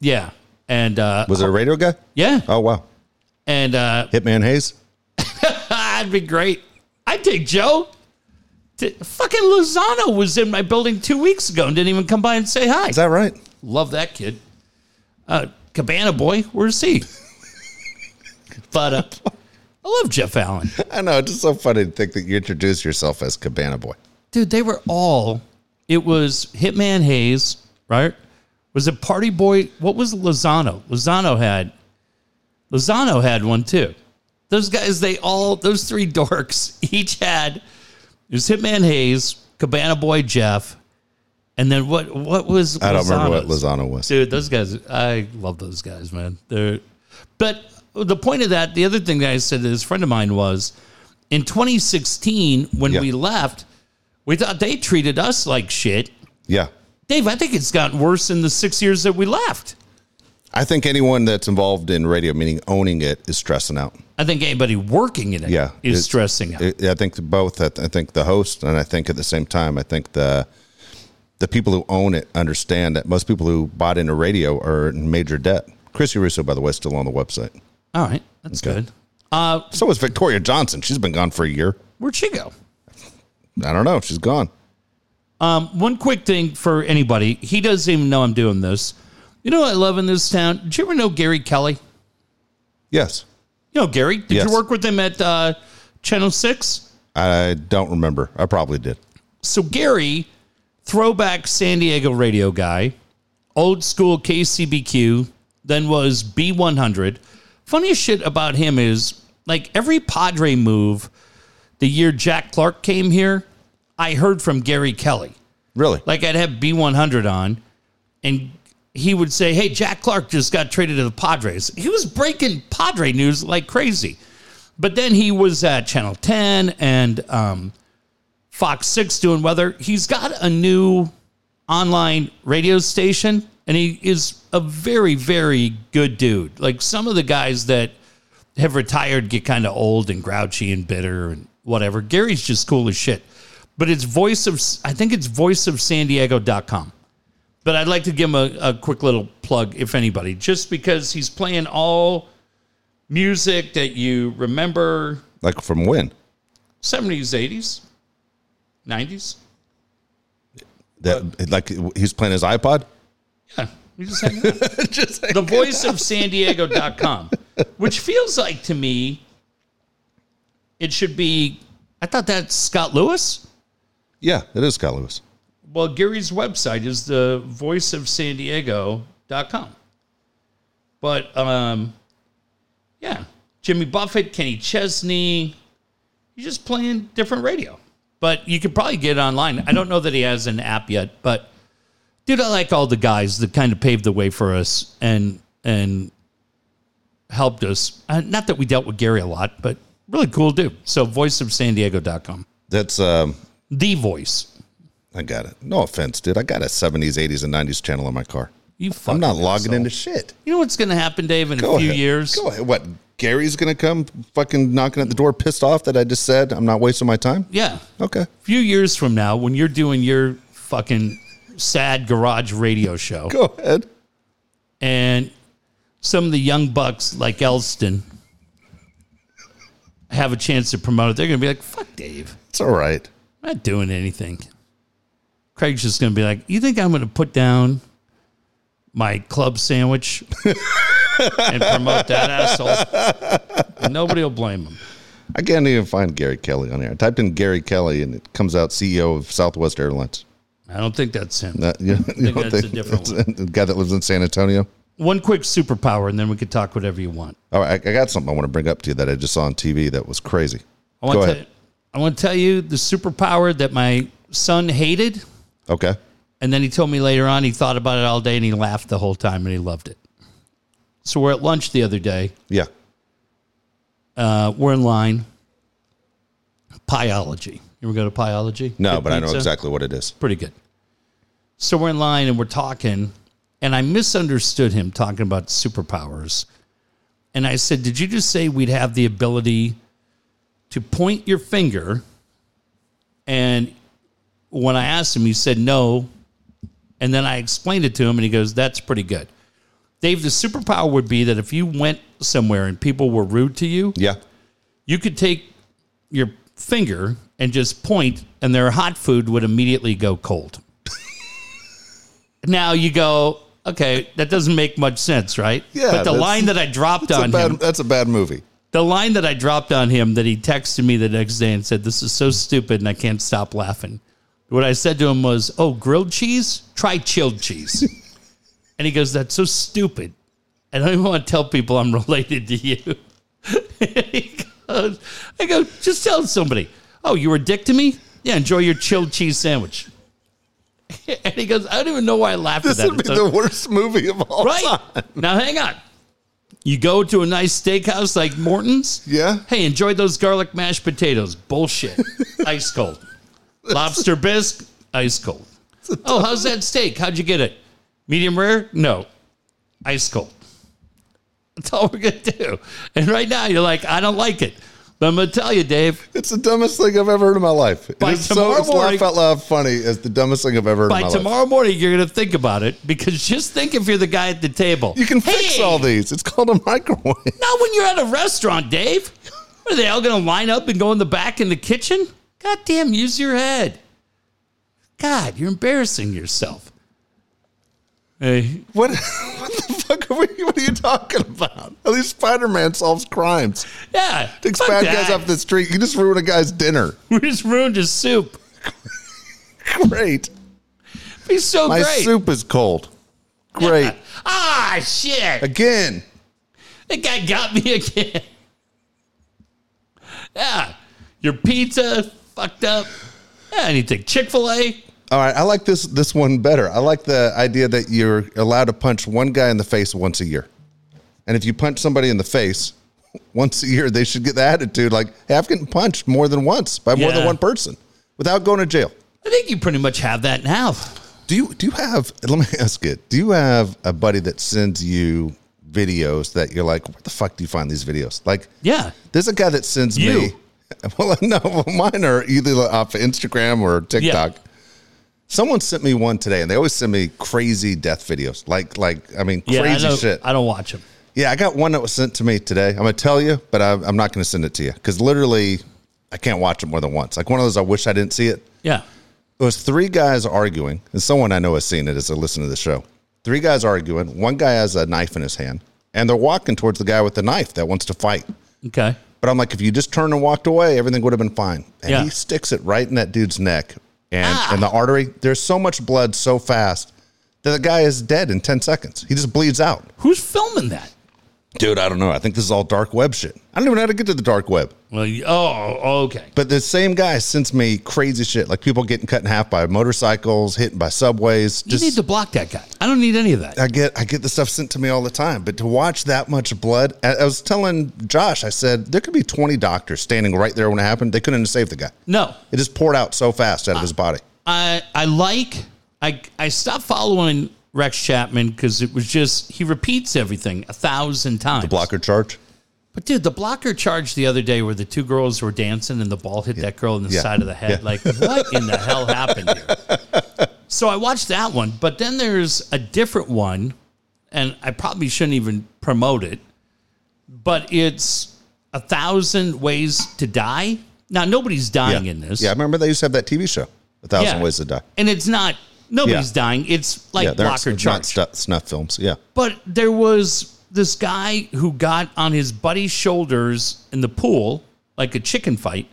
Yeah. And uh Was it a radio guy? yeah. Oh wow. And uh Hitman Hayes? that'd be great. I'd take Joe. T- fucking Lozano was in my building 2 weeks ago and didn't even come by and say hi. Is that right? Love that kid. Uh Cabana boy, where's he? but uh, I love Jeff Allen. I know, it's just so funny to think that you introduce yourself as Cabana Boy. dude, they were all. It was Hitman Hayes, right? Was it Party Boy? What was Lozano? Lozano had Lozano had one too. Those guys, they all, those three dorks each had, it was Hitman Hayes, Cabana Boy Jeff, and then what, what was, I don't remember what Lozano's? Lozano was. Dude, those guys, I love those guys, man. They're, but the point of that, the other thing that I said to this friend of mine was in 2016, when Yeah. we left, we thought they treated us like shit. Yeah. Dave, I think it's gotten worse in the six years that we left. I think anyone that's involved in radio, meaning owning it, is stressing out. I think anybody working in it is Yeah, it's- stressing out. I I think the- both. I th- I think the host, and I think at the same time, I think the the people who own it understand that most people who bought into radio are in major debt. Chrissy Russo, by the way, is still on the website. All right, that's good. So is Victoria Johnson. She's been gone for a year. Where'd she go? I don't know. She's gone. Um, One quick thing for anybody. He doesn't even know I'm doing this. You know what I love in this town? Did you ever know Gary Kelly? Yes, You know Gary? Did Yes. you work with him at uh, Channel 6? I don't remember. I probably did. So Gary, throwback San Diego radio guy, old school KCBQ, then was B100. Funniest shit about him is like every Padre move, the year Jack Clark came here, I heard from Gary Kelly. Really? Like I'd have B100 on, and he would say, "Hey, Jack Clark just got traded to the Padres." He was breaking Padre news like crazy. But then he was at Channel 10 and um, Fox 6 doing weather. He's got a new online radio station, and he is a very, very good dude. Like some of the guys that have retired get kind of old and grouchy and bitter and whatever. Gary's just cool as shit. But it's voice of, I think it's voiceofsandiego.com. But I'd like to give him a, a quick little plug, if anybody, just because he's playing all music that you remember Like from when? 70s, 80s, 90s. That like he's playing his iPod. Yeah, you just hang out. the voice of San Diego.com, which feels like to me it should be. I thought that's Scott Lewis. Yeah, it is Scott Lewis. Well, Gary's website is the voice of San Diego.com. But um, yeah, Jimmy Buffett, Kenny Chesney, he's just playing different radio. But you could probably get it online. I don't know that he has an app yet, but dude, I like all the guys that kind of paved the way for us and and helped us. Uh, not that we dealt with Gary a lot, but really cool dude. So voice of San Diego.com. That's um. The voice. I got it. No offense, dude. I got a '70s, '80s, and '90s channel in my car. You I'm fucking not logging asshole. into shit. You know what's going to happen, Dave, in a Go few ahead. years? Go ahead. What? Gary's gonna come fucking knocking at the door, pissed off that I just said I'm not wasting my time. Yeah. A Okay. few years from now, when you're doing your fucking sad garage radio show, Go ahead. and some of the young bucks like Elston have a chance to promote it, they're going to be like, fuck Dave. It's all right. I'm not doing anything. Craig's just going to be like, you think I'm going to put down my club sandwich and promote that asshole? Nobody will blame him. I can't even find Gary Kelly on here. I typed in Gary Kelly and it comes out CEO of Southwest Airlines. I don't think that's him. That, you, you don't that's a different that's the guy that lives in San Antonio. one quick superpower and then we could talk whatever you want. All right, I, I got something I want to bring up to you that I just saw on TV that was crazy. I want Go to ahead. I want to tell you the superpower that my son hated Okay. and then he told me later on he thought about it all day and he laughed the whole time and he loved it. So we're at lunch the other day. Yeah. Uh, we're in line. Pyology. You ever go to Pyology? No, Get but I know pizza? exactly what it is. Pretty good. So we're in line and we're talking, and I misunderstood him talking about superpowers. And I said, Did you just say we'd have the ability to point your finger? And when I asked him, he said, No. And then I explained it to him, and he goes, That's pretty good. Dave, the superpower would be that if you went somewhere and people were rude to you, Yeah. you could take your finger and just point and their hot food would immediately go cold now you go okay that doesn't make much sense right Yeah, but the that's- line that i dropped That's a, on bad, him that's a bad movie. the line that i dropped on him that he texted me the next day and said this is so stupid and i can't stop laughing what i said to him was oh grilled cheese try chilled cheese and he goes that's so stupid I don't even want to tell people I'm related to you. he goes, I go, just tell somebody. Oh, you were a dick to me? Yeah, enjoy your chilled cheese sandwich. And he goes, I don't even know why I laughed This at that. would be It's a- the worst movie of all right. time. Now, hang on. You go to a nice steakhouse like Morton's. Yeah. Hey, enjoy those garlic mashed potatoes. Bullshit. Ice cold. Lobster bisque. Ice cold. Oh, how's that steak? How'd you get it? Medium rare? No. Ice cold. That's all we're going to do. And right now, you're like, I don't like it. But I'm going to tell you, Dave, It's the dumbest thing I've ever heard in my life. It By is so tomorrow it's laugh morning- out loud funny as the dumbest thing I've ever heard in by my life. tomorrow morning, you're going to think about it because just think if you're the guy at the table. You can fix Hey, all these. It's called a microwave. Not when you're at a restaurant, Dave. What, are they all going to line up and go in the back in the kitchen? Goddamn, use your head. God, you're embarrassing yourself. Hey, What, what the fuck are we? What are you talking about? At least Spider Man solves crimes. yeah. Takes fuck bad that. guys off the street. You just ruin a guy's dinner. We just ruined his soup. Great. He's so My great. soup is cold. Great. Ah, shit. Again. That guy got me again. Yeah. Your pizza fucked up. Yeah, anything. Chick fil A. All right, I like this this one better. I like the idea that you're allowed to punch one guy in the face once a year, and if you punch somebody in the face once a year, they should get the attitude like, "Hey, I've gotten punched more than once by more than Yeah. one person without going to jail." I think you pretty much have that now. Do you do you have? Let me ask it. Do you have a buddy that sends you videos that you're like, "Where the fuck do you find these videos?" Like, Yeah. there's a guy that sends me. You. Well, no, mine are either off of Instagram or TikTok. Someone sent me one today, and they always send me crazy death videos. Like, like I mean, Yeah, crazy I don't, shit. I don't watch them. yeah, I got one that was sent to me today. I'm gonna tell you, but I, I'm not gonna send it to you because literally, I can't watch it more than once. Like one of those, I wish I didn't see it. Yeah. It was three guys arguing, and someone I know has seen it as they listen to the show. Three guys arguing. One guy has a knife in his hand, and they're walking towards the guy with the knife that wants to fight. Okay. But I'm like, if you just turned and walked away, everything would have been fine. And Yeah. Ah. he sticks it right in that dude's neck and and the artery. There's so much blood so fast that the guy is dead in 10 seconds. He just bleeds out. Who's filming that? Dude, I don't know. I think this is all dark web shit. I don't even know how to get to the dark web. Well, you- oh, okay. But the same guy sends me crazy shit, like people getting cut in half by motorcycles, hit by subways. You need to block that guy. I don't need any of that. I get I get the stuff sent to me all the time, but to watch that much blood, I I was telling Josh, I said there could be twenty doctors standing right there when it happened. They couldn't have saved the guy. No, It just poured out so fast Ah. out of his body. I I like I I stopped following Rex Chapman because it was just he repeats everything a thousand times. Blocker charge. But dude, the blocker charge the other day where the two girls were dancing and the ball hit that girl in the Yeah. side of the head. Yeah. Like, what in the hell happened here? So I watched that one, but then there's a different one, and I probably shouldn't even promote it, but it's a thousand ways to die. Now nobody's dying in this. Yeah, I remember they used to have that TV show, A Thousand Yeah. Ways to Die. And it's not nobody's Yeah. dying. It's like yeah, they're blocker not charge. stu- snuff films. Yeah. But there was this guy who got on his buddy's shoulders in the pool, like a chicken fight,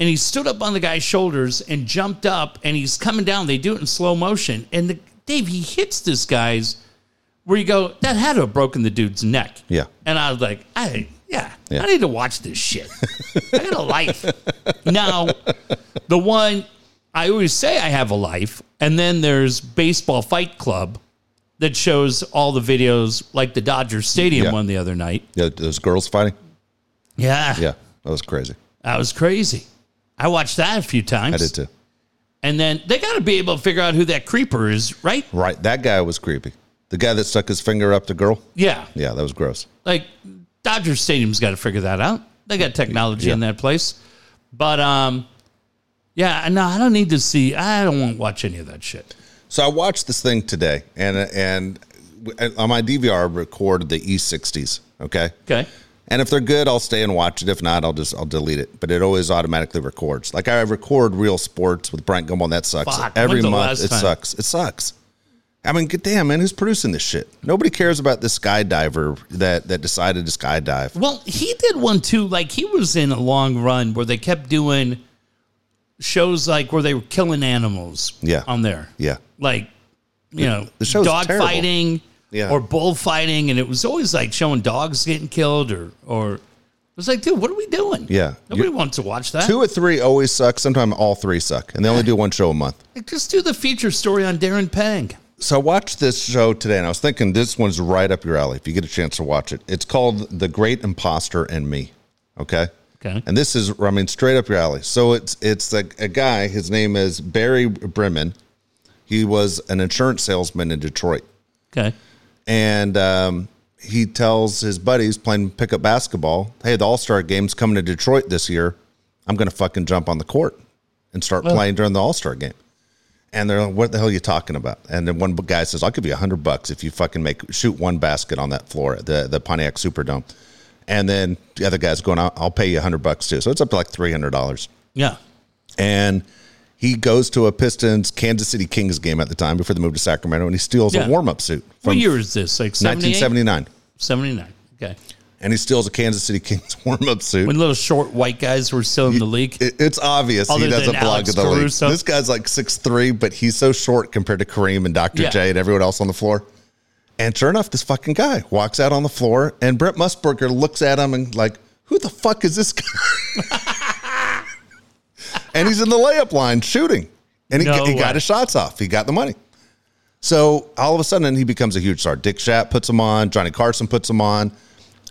and he stood up on the guy's shoulders and jumped up, and he's coming down. They do it in slow motion, and the, Dave he hits this guy's where you go that had to have broken the dude's neck. Yeah. and I was like, I yeah, Yeah. I need to watch this shit. I got a life now. The one I always say I have a life, and then there's baseball fight club that shows all the videos like the Dodgers Stadium Yeah. one the other night. Yeah, those girls fighting. Yeah. Yeah, that was crazy. That was crazy. I watched that a few times. I did too. And then they got to be able to figure out who that creeper is, right? Right, that guy was creepy. The guy that stuck his finger up the girl. Yeah. Yeah, that was gross. Like Dodgers Stadium's got to figure that out. They got technology Yeah. in that place. But um yeah, no, I don't need to see. I don't want to watch any of that shit. So I watched this thing today, and and on my DVR I record the E60s. Okay. Okay. And if they're good, I'll stay and watch it. If not, I'll just I'll delete it. But it always automatically records. Like I record real sports with Brian Gumbel, and that sucks. Fuck, Every when's the month last it time? sucks. It sucks. I mean, good damn man, who's producing this shit? Nobody cares about this skydiver that that decided to skydive. Well, he did one too. Like he was in a long run where they kept doing shows like where they were killing animals Yeah. on there. Yeah. Like, you know, the show's dog terrible. fighting. Yeah. or bullfighting, and it was always like showing dogs getting killed or or it was like, dude, what are we doing? Yeah. nobody You- wants to watch that. Two or three always suck. Sometimes all three suck, and they only do one show a month. Like, just do the feature story on Darren Pang. So I watched this show today, and I was thinking this one's right up your alley if you get a chance to watch it. It's called The Great Imposter and Me. Okay. Okay. And this is, I mean, straight up your alley. So it's it's a, a guy. His name is Barry Bremen. He was an insurance salesman in Detroit, Okay, and um, he tells his buddies playing pickup basketball, "Hey, the All Star Game's coming to Detroit this year. I'm going to fucking jump on the court and start playing during the All Star Game." And they're like, "What the hell are you talking about?" And then one guy says, "I'll give you a hundred bucks if you fucking make shoot one basket on that floor, at the the Pontiac Superdome." And then the other guy's going, "I'll, I'll pay you a hundred bucks too." So it's up to like three hundred dollars yeah, and he goes to a Pistons Kansas City Kings game at the time before they moved to Sacramento, and he steals Yeah. a warm up suit what from year is this? Like 78? 1979, 79. Okay, and he steals a Kansas City Kings warm up suit. when little short white guys were still in the league. It- it's obvious Other he doesn't than belong Alex to the Caruso. league. This guy's like 6'3", but he's so short compared to Kareem and Dr. Yeah. J and everyone else on the floor. And sure enough, this fucking guy walks out on the floor, and Brent Musburger looks at him and like, who the fuck is this guy? and he's in the layup line shooting. And he, No he way. got his shots off. He got the money. So all of a sudden, he becomes a huge star. Dick Shapp puts him on. Johnny Carson puts him on.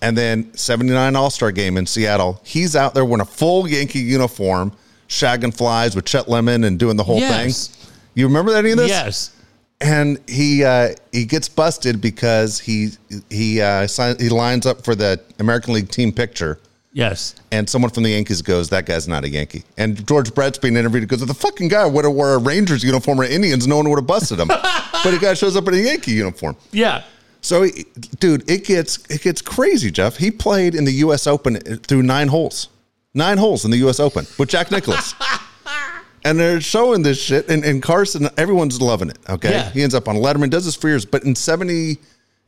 And then 79 All Star game in Seattle, he's out there wearing a full Yankee uniform, shagging flies with Chet Lemon and doing the whole Yes. thing. You remember any of this? Yes. And he uh, he gets busted because he he uh, sign, he lines up for the American League team picture, Yes. and someone from the Yankees goes, "That guy's not a Yankee." And George Brett's being interviewed. He goes, "If the fucking guy would have wore a Rangers uniform or Indians, no one would have busted him." but the guy shows up in a Yankee uniform. Yeah. So, he- dude, it gets it gets crazy, Jeff. He played in the U.S. Open through nine holes, nine holes in the U.S. Open with Jack Nicklaus. And they're showing this shit, and, and Carson, everyone's loving it. Okay, Yeah. he ends up on Letterman, does this for years, but in seventy,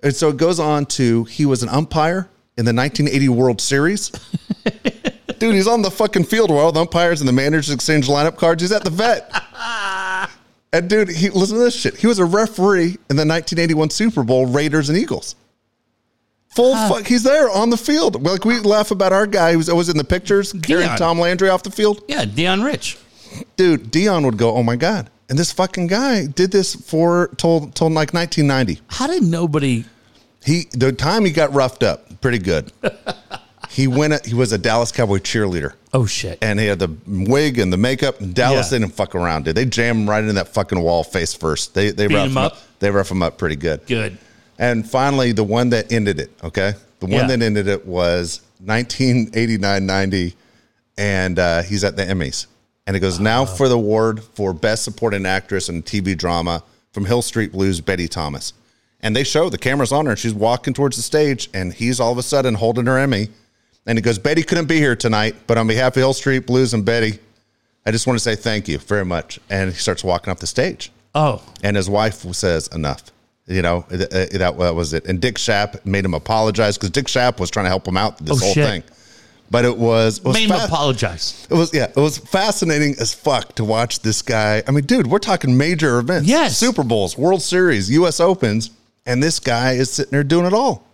and so it goes on to he was an umpire in the nineteen eighty World Series. Dude, he's on the fucking field where all the umpires and the managers exchange lineup cards. He's at the vet. And dude, he listen to this shit. He was a referee in the 1981 Super Bowl Raiders and Eagles. Full fuck, he's there on the field. Like we laugh about our guy who's always in the pictures carrying Deion. Tom Landry off the field. Yeah. Dion Rich. Dude, Dion would go, "Oh my god!" And this fucking guy did this for till till like 1990. How did nobody? He the time he got roughed up pretty good. he went. He was a Dallas Cowboy cheerleader. Oh, shit. and he had the wig and the makeup. And Dallas Yeah. they didn't fuck around, dude. They jammed right into that fucking wall face first. They they Beat rough him him up. up? They rough him up pretty good. Good. And finally, the one that ended it. Okay, the one Yeah. that ended it was 1989-90, and uh, he's at the Emmys. And it goes now for the award for best supporting actress in a TV drama from Hill Street Blues, Betty Thomas. And they show the camera's on her, and she's walking towards the stage, and he's all of a sudden holding her Emmy. And he goes, Betty couldn't be here tonight, but on behalf of Hill Street Blues and Betty, I just want to say thank you very much. And he starts walking off the stage Oh, and his wife says enough you know th- uh, that wa- was it and dick Shapp made him apologize because dick Shapp was trying to help him out this Oh, whole shit. thing but it was it was, made him fa- apologize. it was yeah it was fascinating as fuck to watch this guy i mean dude we're talking major events Yes. super bowls world series us opens and this guy is sitting there doing it all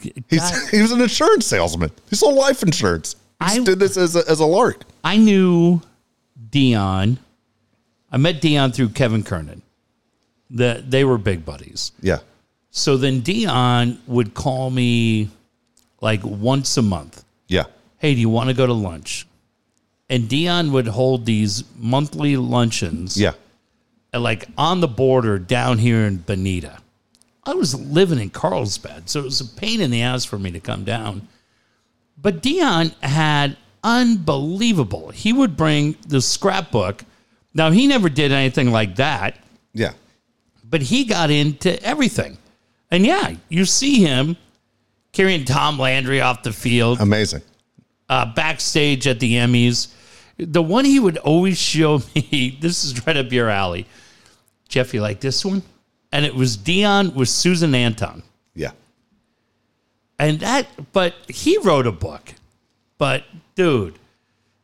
he's, God, he was an insurance salesman he sold life insurance he just I- did this as a, as a lark I knew Dion. I met Dion through Kevin Kernan. That they were big buddies. yeah So then Dion would call me like once a month. yeah Hey, do you want to go to lunch? And Dion would hold these monthly luncheons. yeah at, like on the border down here in Bonita. I was living in Carlsbad, so it was a pain in the ass for me to come down. But Dion had unbelievable. He would bring the scrapbook. Now he never did anything like that, yeah but he got into everything. And yeah, you see him carrying Tom Landry off the field amazing uh, backstage at the Emmys. The one he would always show me, this is right up your alley. Jeff, you like this one? And it was Dion with Susan Anton. yeah And that, but he wrote a book. But dude,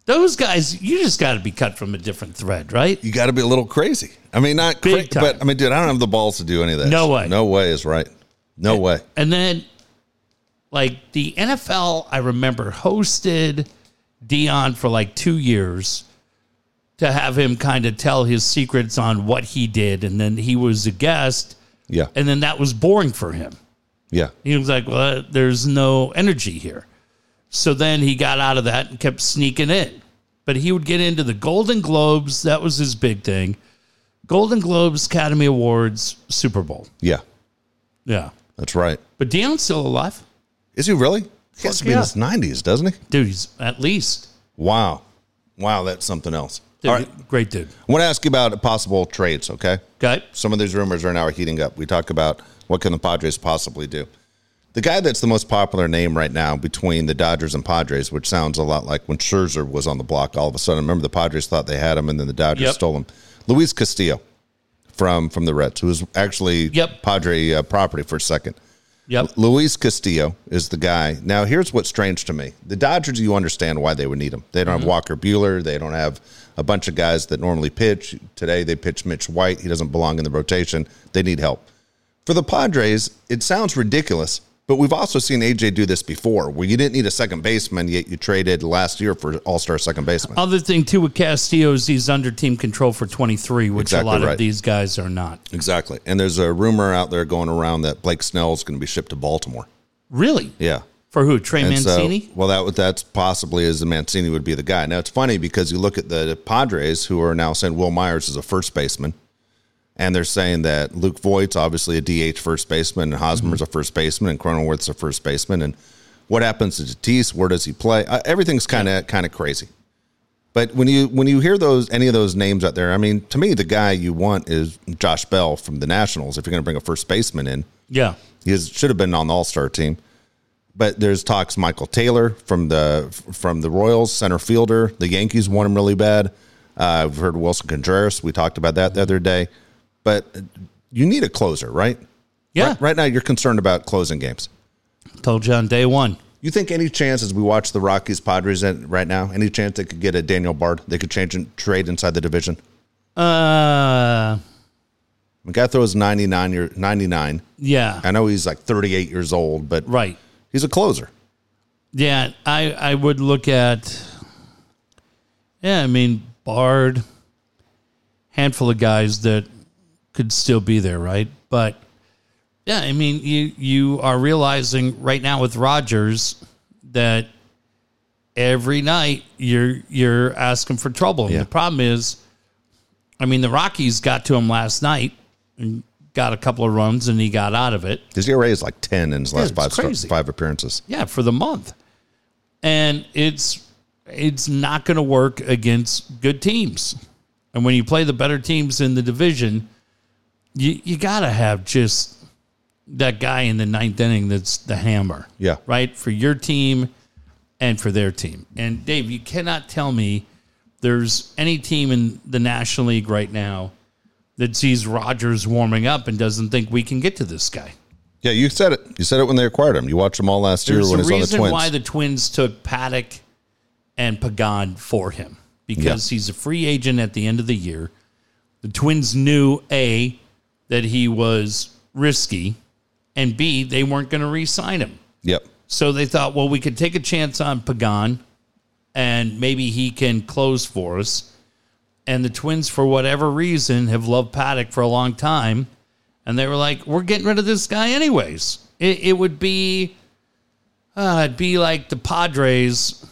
Those guys, you just got to be cut from a different thread, right? You got to be a little crazy. I mean, not cra- Big time. but I mean, dude, I don't have the balls to do any of that. No shit. way. No way is right. No way. And then, like the NFL, I remember hosted Dion for like two years to have him kind of tell his secrets on what he did, and then he was a guest, Yeah. and then that was boring for him. Yeah. He was like, "Well, there's no energy here." So then he got out of that and kept sneaking in. But he would get into the Golden Globes. That was his big thing. Golden Globes, Academy Awards, Super Bowl. Yeah. Yeah. That's right. But Dion's still alive. Is he really? He has to be in yeah. his nineties, doesn't he? Dude, he's at least. Wow. Wow, that's something else. Dude, All right. Great dude. I want to ask you about possible trades, okay? Okay. Some of these rumors right now are heating up. We talk about what can the Padres possibly do. The guy that's the most popular name right now between the Dodgers and Padres, which sounds a lot like when Scherzer was on the block all of a sudden. Remember the Padres thought they had him and then the Dodgers Yep. stole him. Luis Castillo from from the Reds, who was actually Yep. Padre uh, property for a second. Yep. Luis Castillo is the guy. Now, here's what's strange to me. The Dodgers, you understand why they would need him. They don't have Walker Bueller. They don't have a bunch of guys that normally pitch. Today, they pitch Mitch White. He doesn't belong in the rotation. They need help. For the Padres, it sounds ridiculous, but we've also seen AJ do this before where you didn't need a second baseman, yet you traded last year for all star second baseman. Other thing too with Castillo is he's under team control for 23, which Exactly a lot right. of these guys are not. Exactly. And there's a rumor out there going around that Blake Snell's going to be shipped to Baltimore. Really? Yeah. For who? Trey And so- Mancini? well, that would- that's possibly is the Mancini would be the guy. Now it's funny because you look at the Padres who are now saying Will Myers is a first baseman, and they're saying that Luke Voigt's obviously a DH first baseman, and Hosmer's a first baseman, and Cronenworth's a first baseman, and what happens to Tatis? Where does he play? Uh, everything's kind of kind of crazy. But when you when you hear those any of those names out there, I mean, to me, the guy you want is Josh Bell from the Nationals. If you're going to bring a first baseman in, yeah. he is, should have been on the All Star team. But there's talks Michael Taylor from the from the Royals, center fielder. The Yankees want him really bad. Uh, I've heard Wilson Contreras. We talked about that the other day. But you need a closer, right? Yeah. Right, right now, you're concerned about closing games. Told you on day one. You think any chance as we watch the Rockies Padres in right now, any chance they could get a Daniel Bard? They could change and trade inside the division. Uh, The guy throws 99 year 99. yeah. I know he's like 38 years old, but Right. he's a closer. Yeah, I I would look at. Yeah, I mean Bard, handful of guys that could still be there, right? But yeah, I mean you you are realizing right now with Rogers that every night you're you're asking for trouble. And Yeah. the problem is, I mean the Rockies got to him last night and got a couple of runs and he got out of it. His ERA is like ten in his last it's five star- crazy. five appearances. Yeah, for the month. And it's it's not going to work against good teams. And when you play the better teams in the division, you you got to have just that guy in the ninth inning that's the hammer. Yeah. Right? For your team and for their team. And Dave, you cannot tell me there's any team in the National League right now that sees Rogers warming up and doesn't think we can get to this guy. Yeah, you said it. You said it when they acquired him. You watched him all last year There's a when he's on the reason Twins. why the Twins took Paddock and Pagan for him because he's a free agent at the end of the year. The Twins knew a that he was risky, and b they weren't going to re-sign him. yep. So they thought, well, we could take a chance on Pagan, and maybe he can close for us. And the Twins, for whatever reason, have loved Paddock for a long time, and they were like, we're getting rid of this guy anyways. It, it would be, uh, it'd be like the Padres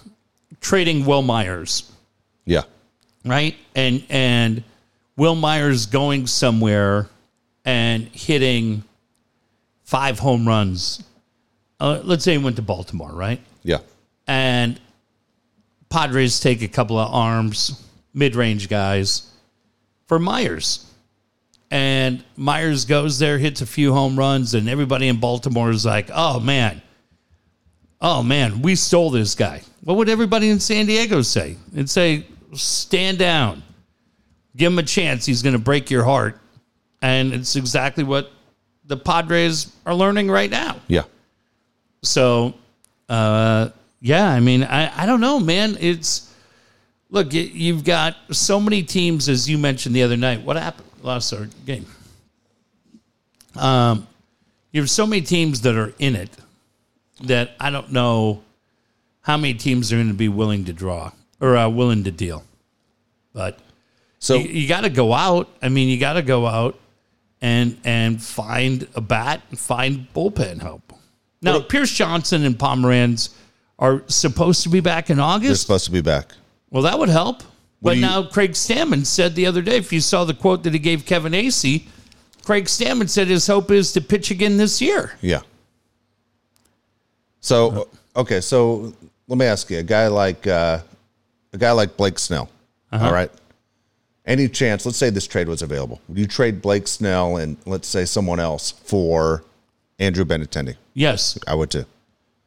trading Will Myers, Yeah. right? And and Will Myers going somewhere and hitting five home runs. Uh, let's say he went to Baltimore, right? Yeah. and Padres take a couple of arms, mid range guys for Myers. And Myers goes there, hits a few home runs, and everybody in Baltimore is like, oh man, oh man, we stole this guy. What would everybody in San Diego say? They'd say, stand down, give him a chance. He's going to break your heart. And it's exactly what the Padres are learning right now. Yeah. So, uh, yeah, I mean, I, I don't know, man. It's Look, y- you've got so many teams, as you mentioned the other night. What happened? Lost our game. Um, you have so many teams that are in it that I don't know how many teams are going to be willing to draw or uh, willing to deal. But So you, you got to go out. I mean, you got to go out and and find a bat and find bullpen help. Now, Pierce Johnson and Pomeranz are supposed to be back in they're August. supposed to be back. Well, that would help. But do you- now Craig Stammen said the other day, if you saw the quote that he gave Kevin Acey, Craig Stammen said his hope is to pitch again this year. Yeah. So Uh-huh. okay, so let me ask you: a guy like uh, a guy like Blake Snell, Uh-huh. all right. Any chance? Let's say this trade was available. Would you trade Blake Snell and let's say someone else for Andrew Benatendi? Yes. I would too.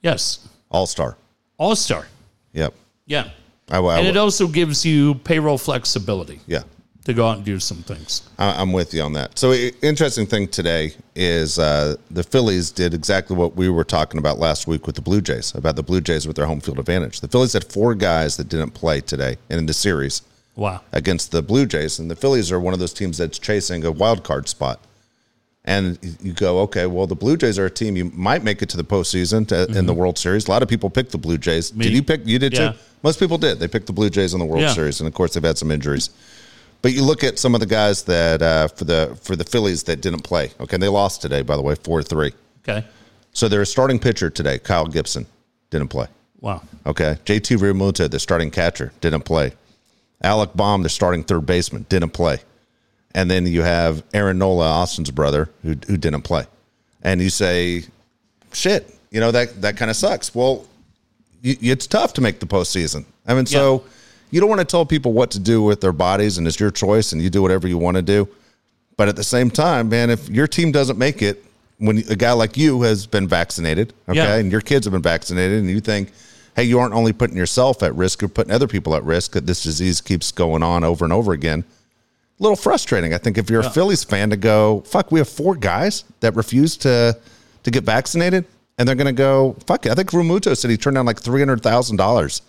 Yes. All star. All star. Yep. Yeah. I, would- I And would. it also gives you payroll flexibility yeah. to go out and do some things. I- I'm with you on that. So, i- interesting thing today is uh, the Phillies did exactly what we were talking about last week with the Blue Jays about the Blue Jays with their home field advantage. The Phillies had four guys that didn't play today in the series Wow. against the Blue Jays, and the Phillies are one of those teams that's chasing a wild card spot. And you go, okay, well, the Blue Jays are a team you might make it to the postseason to, in the World Series. A lot of people picked the Blue Jays. Did you pick? You did Mm-hmm. Yeah. too. Most people did. They picked the Blue Jays in the World Yeah. Series, and of course, they've had some injuries. But you look at some of the guys that uh, for the for the Phillies that didn't play. Okay, they lost today, by the way, four three. Okay. So their starting pitcher today, Kyle Gibson, didn't play. Wow. Okay. JT Realmuto, the starting catcher, didn't play. Alec Baum, the starting third baseman, didn't play. And then you have Aaron Nola, Austin's brother, who, who didn't play. And you say, shit, you know, that, that kind of sucks. Well, you, it's tough to make the postseason. I mean, so you don't want to tell people what to do with their bodies, and it's your choice, and you do whatever you want to do. But at the same time, man, if your team doesn't make it, when a guy like you has been vaccinated, okay, Yeah. and your kids have been vaccinated, and you think, hey, you aren't only putting yourself at risk, you're putting other people at risk that this disease keeps going on over and over again. A little frustrating, I think, if you're a Phillies fan to go, fuck, we have four guys that refuse to to get vaccinated, and they're going to go, fuck it. I think Rumuto said he turned down like three hundred thousand dollars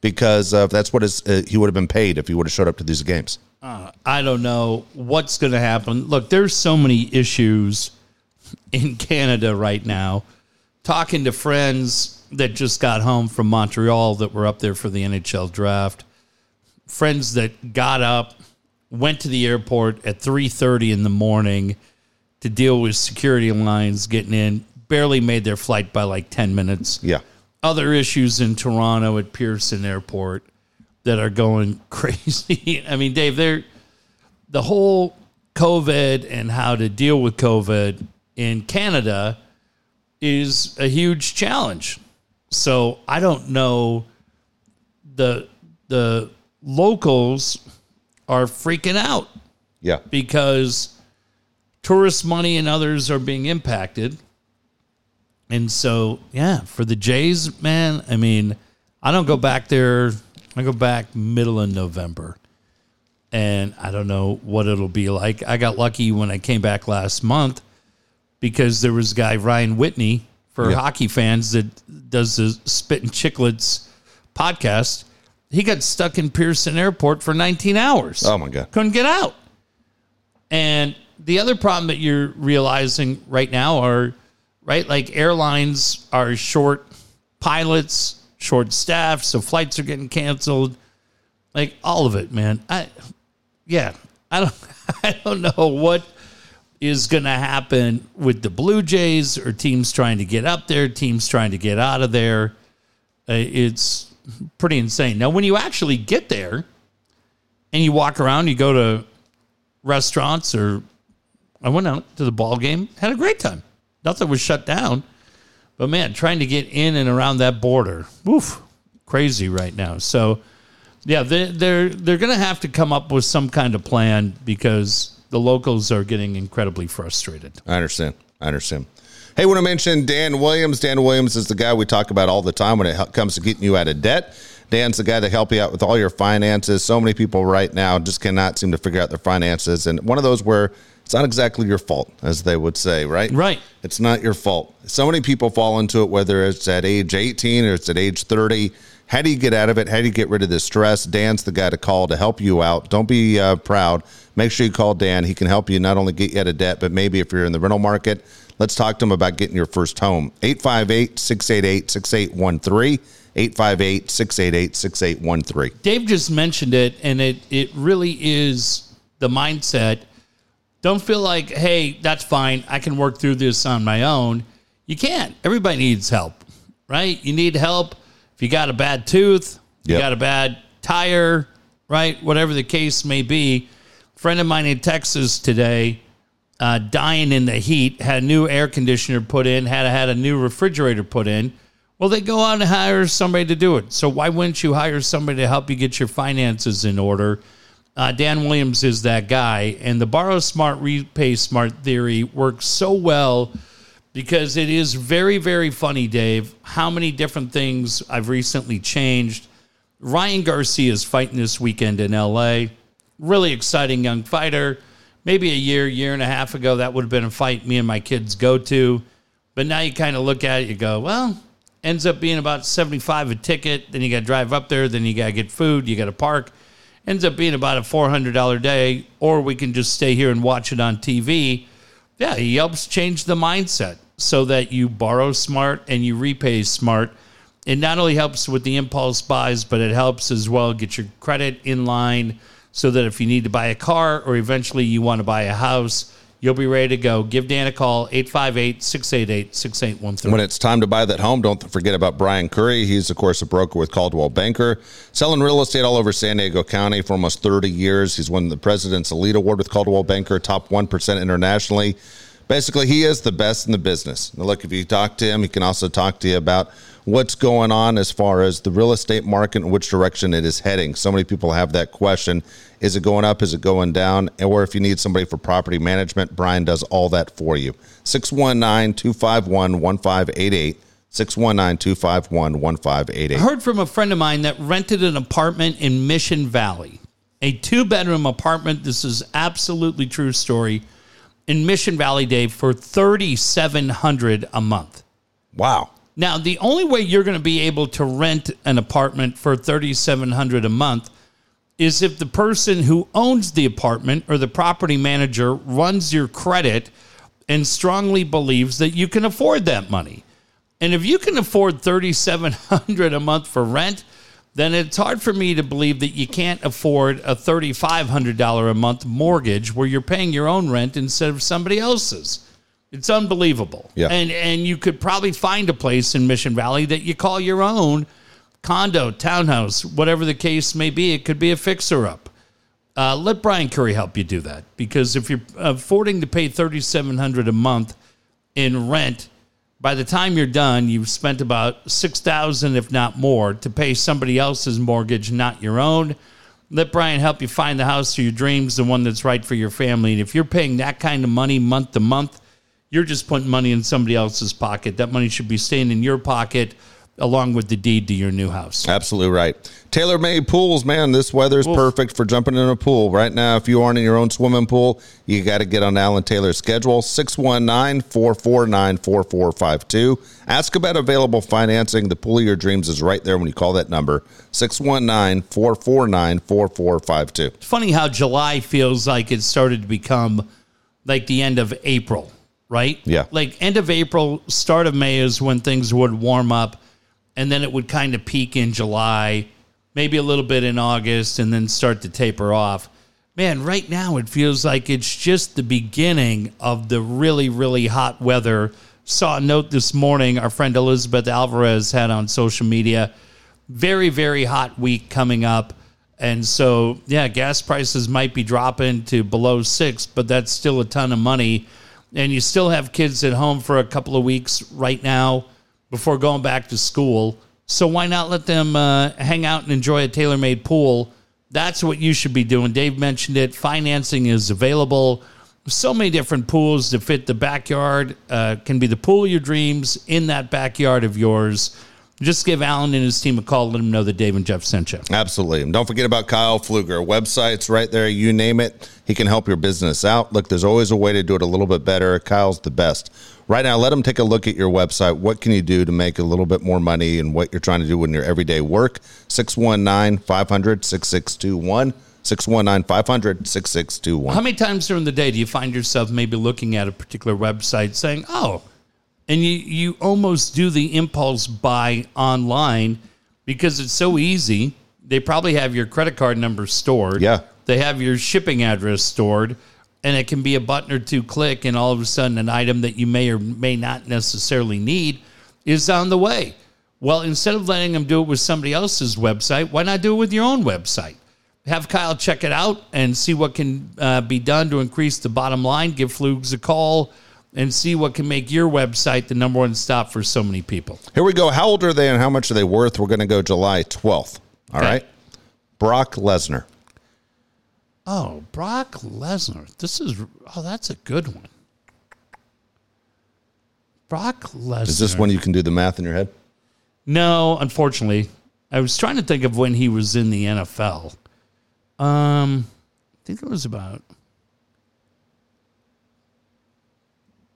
because of that's what his, uh, he would have been paid if he would have showed up to these games. Uh, I don't know what's going to happen. Look, there's so many issues in Canada right now. Talking to friends that just got home from Montreal that were up there for the NHL draft, friends that got up, went to the airport at 3:30 in the morning to deal with security lines getting in, barely made their flight by like 10 minutes Yeah, other issues in Toronto at Pearson Airport that are going crazy. I mean, Dave, they're the whole COVID and how to deal with COVID in Canada is a huge challenge. So I don't know the the locals are freaking out yeah, because tourist money and others are being impacted. And so, yeah, for the Jays, man, I mean, I don't go back there. I go back middle of November. And I don't know what it'll be like. I got lucky when I came back last month because there was a guy, Ryan Whitney, for hockey fans that does the Spit and Chicklets podcast. He got stuck in Pearson Airport for 19 hours Oh my god, couldn't get out. And the other problem that you're realizing right now are, right, like airlines are short pilots, short staff, so flights are getting canceled. Like all of it, man. I, yeah, I don't, I don't know what is going to happen with the Blue Jays or teams trying to get up there, teams trying to get out of there. Uh, it's pretty insane. Now, when you actually get there, and you walk around, you go to restaurants or I went out to the ball game, had a great time. Nothing was shut down. But man, trying to get in and around that border, woof, crazy right now. So yeah, they, they're they're gonna have to come up with some kind of plan because the locals are getting incredibly frustrated. I understand. I understand. Hey, want to mention Dan Williams. Dan Williams is the guy we talk about all the time when it hel- comes to getting you out of debt. Dan's the guy to help you out with all your finances. So many people right now just cannot seem to figure out their finances, and one of those where it's not exactly your fault, as they would say, right? Right. It's not your fault. So many people fall into it, whether it's at age 18 or it's at age 30. How do you get out of it? How do you get rid of the stress? Dan's the guy to call to help you out. Don't be uh, proud. Make sure you call Dan. He can help you not only get you out of debt, but maybe if you're in the rental market, let's talk to him about getting your first home. 858 688 6813. 858 688 6813. Dave just mentioned it, and it it really is the mindset. Don't feel like, hey, that's fine. I can work through this on my own. You can't. Everybody needs help, right? You need help if you got a bad tooth, you Yep. got a bad tire, right? Whatever the case may be. Friend of mine in Texas today, uh, dying in the heat, had a new air conditioner put in, had had a new refrigerator put in. Well, they go out and hire somebody to do it. So why wouldn't you hire somebody to help you get your finances in order? Uh, Dan Williams is that guy, and the borrow smart, repay smart theory works so well because it is very, very funny, Dave, how many different things I've recently changed. Ryan Garcia is fighting this weekend in LA. Really exciting young fighter. Maybe a year, year and a half ago, that would have been a fight me and my kids go to. But now you kind of look at it, you go, well, ends up being about 75 a ticket. Then you got to drive up there. Then you got to get food. You got to park. Ends up being about a $400 day, or we can just stay here and watch it on TV. Yeah, he helps change the mindset so that you borrow smart and you repay smart. It not only helps with the impulse buys, but it helps as well get your credit in line so that if you need to buy a car or eventually you want to buy a house, you'll be ready to go. Give Dan a call, 858 688 6813. When it's time to buy that home, don't forget about Brian Curry. He's, of course, a broker with Caldwell Banker, selling real estate all over San Diego County for almost 30 years. He's won the President's Elite Award with Caldwell Banker, top 1% internationally. Basically, he is the best in the business. Now, look, if you talk to him, he can also talk to you about what's going on as far as the real estate market and which direction it is heading. So many people have that question is it going up? Is it going down? Or if you need somebody for property management, Brian does all that for you. 619 251 1588. 619 251 1588. heard from a friend of mine that rented an apartment in Mission Valley, a two bedroom apartment. This is absolutely true story in Mission Valley, Dave, for thirty seven hundred a month. Wow. Now, the only way you're going to be able to rent an apartment for 3700 a month is if the person who owns the apartment or the property manager runs your credit and strongly believes that you can afford that money. And if you can afford 3700 a month for rent, then it's hard for me to believe that you can't afford a $3500 a month mortgage where you're paying your own rent instead of somebody else's. It's unbelievable. Yeah. And and you could probably find a place in Mission Valley that you call your own condo, townhouse, whatever the case may be. It could be a fixer up. Uh, let Brian Curry help you do that because if you're affording to pay thirty seven hundred a month in rent, by the time you're done, you've spent about six thousand, if not more, to pay somebody else's mortgage, not your own. Let Brian help you find the house of your dreams, the one that's right for your family. And if you're paying that kind of money month to month, you're just putting money in somebody else's pocket. That money should be staying in your pocket along with the deed to your new house. Absolutely right. Tailor made pools, man. This weather is perfect for jumping in a pool. Right now, if you aren't in your own swimming pool, you got to get on Alan Taylor's schedule 619 449 4452. Ask about available financing. The pool of your dreams is right there when you call that number 619 449 4452. It's funny how July feels like it started to become like the end of April, right? Yeah. Like end of April, start of May is when things would warm up and then it would kind of peak in July, maybe a little bit in August and then start to taper off. Man, right now it feels like it's just the beginning of the really really hot weather. Saw a note this morning our friend Elizabeth Alvarez had on social media very very hot week coming up and so yeah gas prices might be dropping to below six but that's still a ton of money and you still have kids at home for a couple of weeks right now before going back to school so why not let them uh, hang out and enjoy a tailor-made pool that's what you should be doing dave mentioned it financing is available so many different pools to fit the backyard uh, can be the pool of your dreams in that backyard of yours Just give Allen and his team a call. Let them know that Dave and Jeff sent you. Absolutely. And don't forget about Kyle Pfluger. Websites right there, you name it. He can help your business out. Look, there's always a way to do it a little bit better. Kyle's the best. Right now, let him take a look at your website. What can you do to make a little bit more money and what you're trying to do in your everyday work? 619 500 6621. 619 500 How 6621. many times during the day do you find yourself maybe looking at a particular website saying, oh, and you, you almost do the impulse buy online because it's so easy. They probably have your credit card number stored. Yeah. They have your shipping address stored, and it can be a button or two click, and all of a sudden, an item that you may or may not necessarily need is on the way. Well, instead of letting them do it with somebody else's website, why not do it with your own website? Have Kyle check it out and see what can uh, be done to increase the bottom line. Give Flugs a call and see what can make your website the number one stop for so many people. Here we go. How old are they and how much are they worth? We're going to go July 12th. All right. Okay. Brock Lesnar. Oh, Brock Lesnar. This is oh, that's a good one. Brock Lesnar. Is this one you can do the math in your head? No, unfortunately, I was trying to think of when he was in the NFL. Um, I think it was about.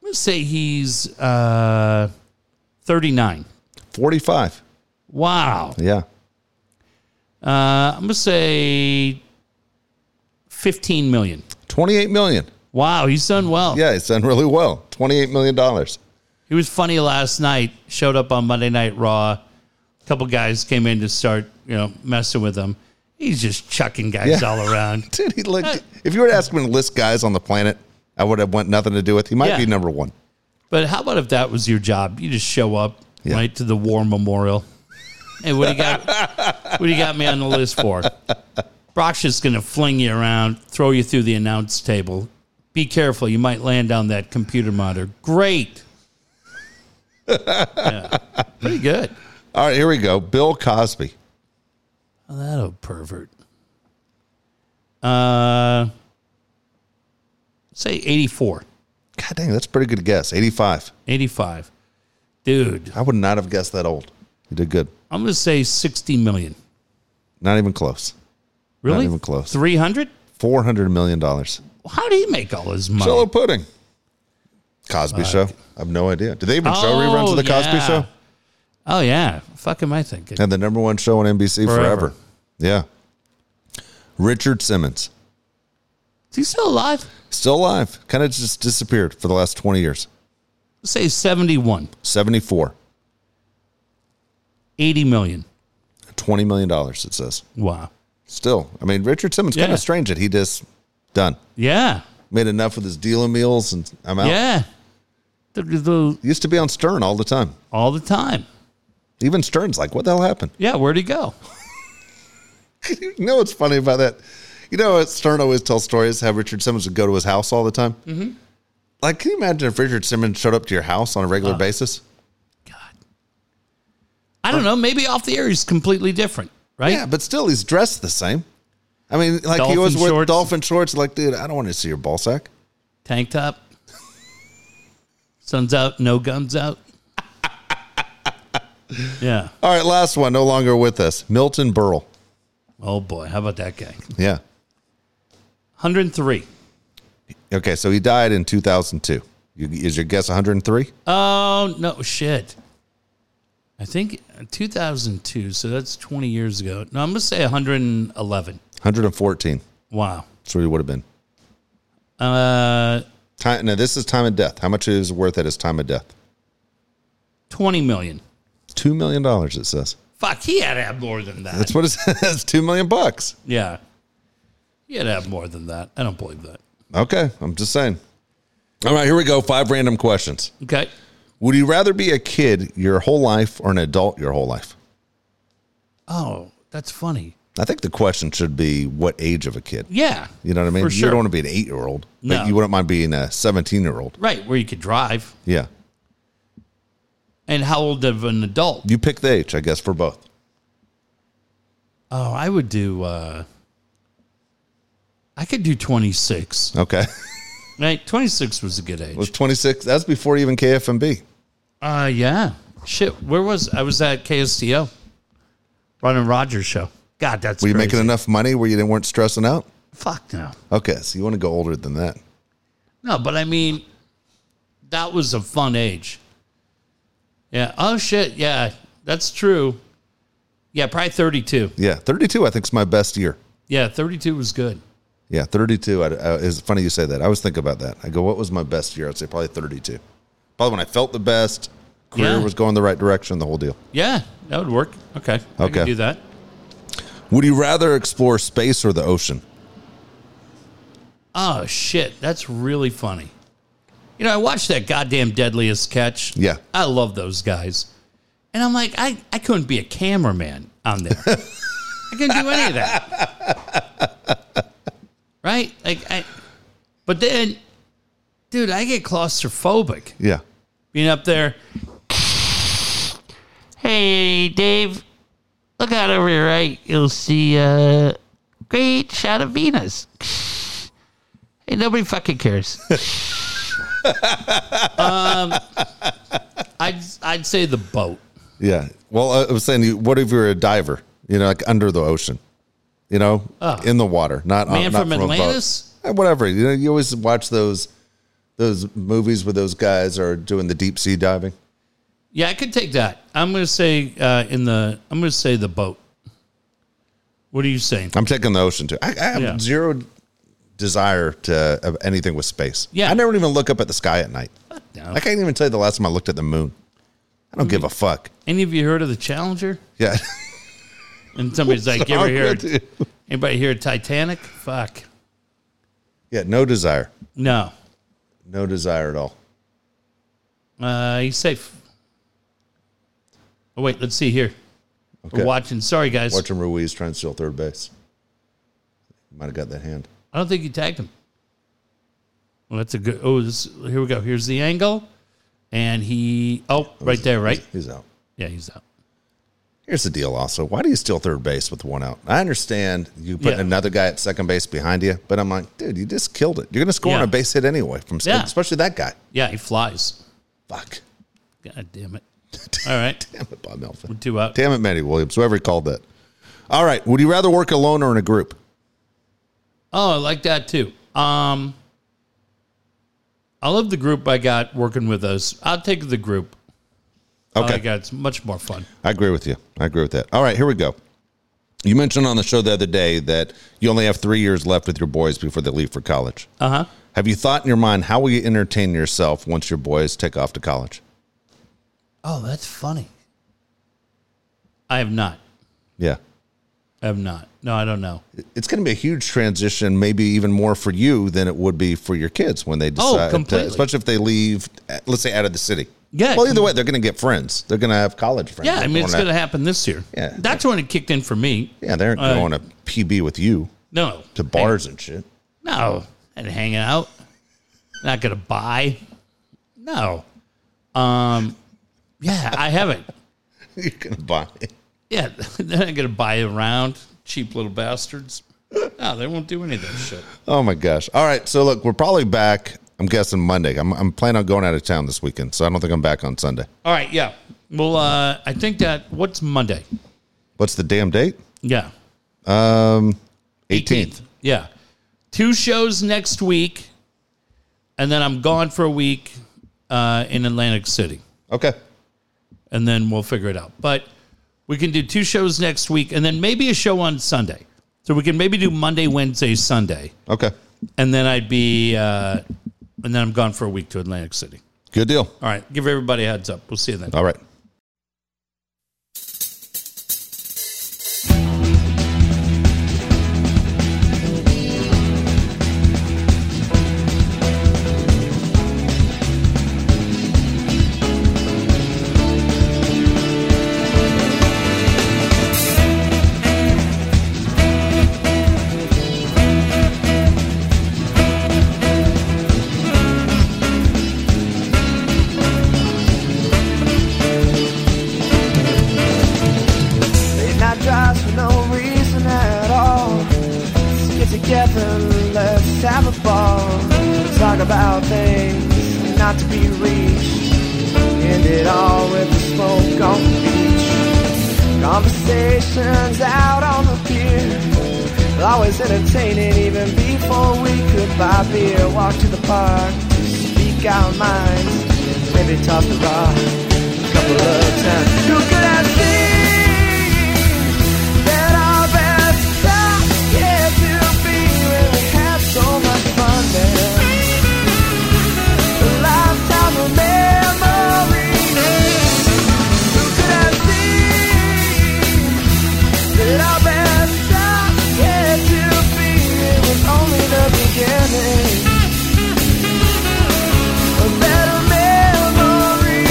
Let's say he's uh, thirty-nine. 45. Wow. Yeah. Uh, I'm gonna say fifteen million. 28 million. Wow, he's done well. Yeah, it's done really well. $28 million. He was funny last night. Showed up on Monday Night Raw. A couple guys came in to start, you know, messing with him. He's just chucking guys Yeah. all around. Dude, he like if you were to ask him to list guys on the planet, I would have want nothing to do with. He might Yeah. be number one. But how about if that was your job? You just show up Yeah. right to the war memorial. Hey, what do you got? what do you got me on the list for? Brock's just going to fling you around, throw you through the announce table. Be careful; you might land on that computer monitor. Great. Yeah. Pretty good. All right, here we go. Bill Cosby. Oh, that old pervert. Uh, say 84, God dang, that's a pretty good guess. Eighty-five. 85. Dude, I would not have guessed that old. You did good. I'm going to say 60 million. Not even close. Really? even close. 300? Four hundred million dollars. How did he make all his money? Solo pudding. Cosby Show. I have no idea. Did they even show reruns of the Cosby yeah. Show? Oh, yeah. Fuck am I thinking? And the number one show on NBC forever. Forever. Yeah. Richard Simmons. Is he still alive? Still alive. Kind of just disappeared for the last twenty years. Say 71, Seventy-four. 80 million. $20 million, it says. Wow. Still, I mean, Richard Simmons kind Yeah. of strange that he just done. Yeah. Made enough with his deal and meals, and I'm out. Yeah. The- the- the- He Used to be on Stern all the time. All the time. Even Stern's like, what the hell happened? Yeah. Where'd he go? you know what's funny about that? You know, what Stern always tells stories how Richard Simmons would go to his house all the time. Mm-hmm. Like, can you imagine if Richard Simmons showed up to your house on a Uh, regular basis? God. I don't know. Maybe off the air he's completely different, right? Yeah, but still, he's dressed the same. I mean, like he Dolphin always wore shorts. dolphin shorts. Like, dude, I don't want to see your ball sack. Tank top. Sun's out, no guns out. yeah. All right, last one. No longer with us. Milton Berle. Oh boy, how about that guy? Yeah. 103. Okay, so he died in 2002. You, is your guess 103? Oh no, shit. I think 2002, so that's 20 years ago. No, I'm gonna say 111. 114. Wow. That's what he would have been. Uh, Time, now, this is time of death. How much it is worth at his time of death? 20 million. $2 million, it says. Fuck, he had to have more than that. That's what it says. 2 million bucks. yeah, he had to have more than that. I don't believe that. Okay, I'm just saying. All right, here we go. Five random questions. Okay, Would you rather be a kid your whole life or an adult your whole life? Oh, that's funny. I think the question should be what age of a kid? Yeah. You know what I mean? For You sure. don't want to be an eight year old, but No. you wouldn't mind being a 17 year old. Right, where you could drive. Yeah. And how old of an adult? You pick the age, I guess, for both. Oh, I would do, uh, I could do 26. Okay. Right? 26 was a good age. was 26. That's before even KFMB. Uh, yeah. Shit, where was I? Was at KSTO, running Rogers show. God, that's Were you crazy. making enough money where you didn't weren't stressing out? Fuck no, Okay, so you want to go older than that. no. But I mean, that was a fun age. Yeah. Oh shit. Yeah, that's true. Yeah, probably thirty-two. Yeah, 32 I think is my best year. Yeah, thirty-two was good. Yeah, 32 I, I, it's funny you say that. I always think about that. I go what was my best year? I'd say probably 32. Probably when I felt the best, career Yeah. was going the right direction, the whole deal. Yeah, that would work. Okay. I Okay. can do that. Would you rather explore space or the ocean? Oh shit, that's really funny. You know, I watched that goddamn Deadliest Catch. Yeah. I love those guys. And I'm like, I, I couldn't be a cameraman on there. I couldn't do any of that. right? Like I but then dude, I get claustrophobic Yeah. being up there. Hey, Dave, look out over your right. You'll see a great shot of Venus. Hey, nobody fucking cares. um, I'd I'd say the boat. Yeah. Well, I was saying you- what if you're a diver, you know, like under the ocean? You know, in the water, not Ah. uh, Man not from a boat. Atlantis? Eh, Whatever. You know, you always watch those those movies where those guys are doing the deep sea diving. Yeah, I could take that. I'm gonna say uh, in the. I'm gonna say the boat. What are you saying? I'm taking the ocean too. I, I have Yeah. zero desire to of anything with space. Yeah. Oh. I never even look up at the sky at night. No. I can't even tell you the last time I looked at the moon. I don't give a fuck. Any of you heard of the Challenger? Yeah. And somebody's like, Oh, you ever hear? Dude. Anybody hear Titanic? Fuck. Yeah, no desire. No. No desire at all. Uh, he's safe. Oh wait, let's see here. Okay. We're watching. Sorry guys, Watching Ruiz trying to steal third base. Might have got that hand. I don't think you tagged him. Well, that's a good. Oh, this, here we go. Here's the angle, and he. Oh, right there, right? He's out. Yeah, he's out. Here's the deal also. Why do you steal third base with one out? I understand you put Yeah. another guy at second base behind you, but I'm like, dude, you just killed it. You're going to score on Yeah. a base hit anyway, from Yeah. especially that guy. Yeah, he flies. Fuck. God damn it! All right, Damn it, Bob Melvin. two out. Damn it, Matty Williams, whoever called that. All right. Would you rather work alone or in a group? Oh, I like that too. Um, I love the group I got working with us. I'll take the group. Oh, I Okay. like that. It's much more fun. I agree with you. I agree with that. All right, here we go. You mentioned on the show the other day that you only have three years left with your boys before they leave for college. Uh huh. Have you thought in your mind how will you entertain yourself once your boys take off to college? Oh, that's funny. I have not. Yeah. I have not. No, I don't know. It's going to be a huge transition, maybe even more for you than it would be for your kids when they decide, to, Oh, completely. especially if they leave, uh, let's say, out of the city. Yeah. Well, either way, they're going to get friends. They're going to have college friends. Yeah, I They're mean, it's gonna- going to happen this year. Yeah. That's when it kicked in for me. Yeah, they aren't Uh, going to PB with you No. to bars and shit. No. And hanging out. Not going to buy. No. Um, yeah, I haven't. You're going to buy. it. Yeah, they're not going to buy around. Cheap little bastards. No, they won't do any of that shit. Oh my gosh! All right, so look, we're probably back. I'm guessing Monday. I'm, I'm planning on going out of town this weekend, so I don't think I'm back on Sunday. All right, yeah. Well, uh, I think that, what's Monday? What's the damn date? Yeah. 18th. Yeah. Two shows next week. And then I'm gone for a week uh, in Atlantic City. Okay. And then we'll figure it out. But we can do two shows next week and then maybe a show on Sunday. So we can maybe do Monday, Wednesday, Sunday. Okay. And then I'd be, uh, and then I'm gone for a week to Atlantic City. Good deal. All right. Give everybody a heads up. We'll see you then. All right. Late night drives for no reason at all. Let's get together, let's have a ball. Talk about things not to be reached. End it all with a smoke on the beach. Conversations out on the pier. Always entertaining even before we could buy beer. Walk to the park, speak our minds, maybe toss the rock a couple of times. You could have seen that our best stuff yet to be when we had so much fun then. A lifetime of memories. Who could have seen that our best stuff yet to be? It was only the beginning. A better memory.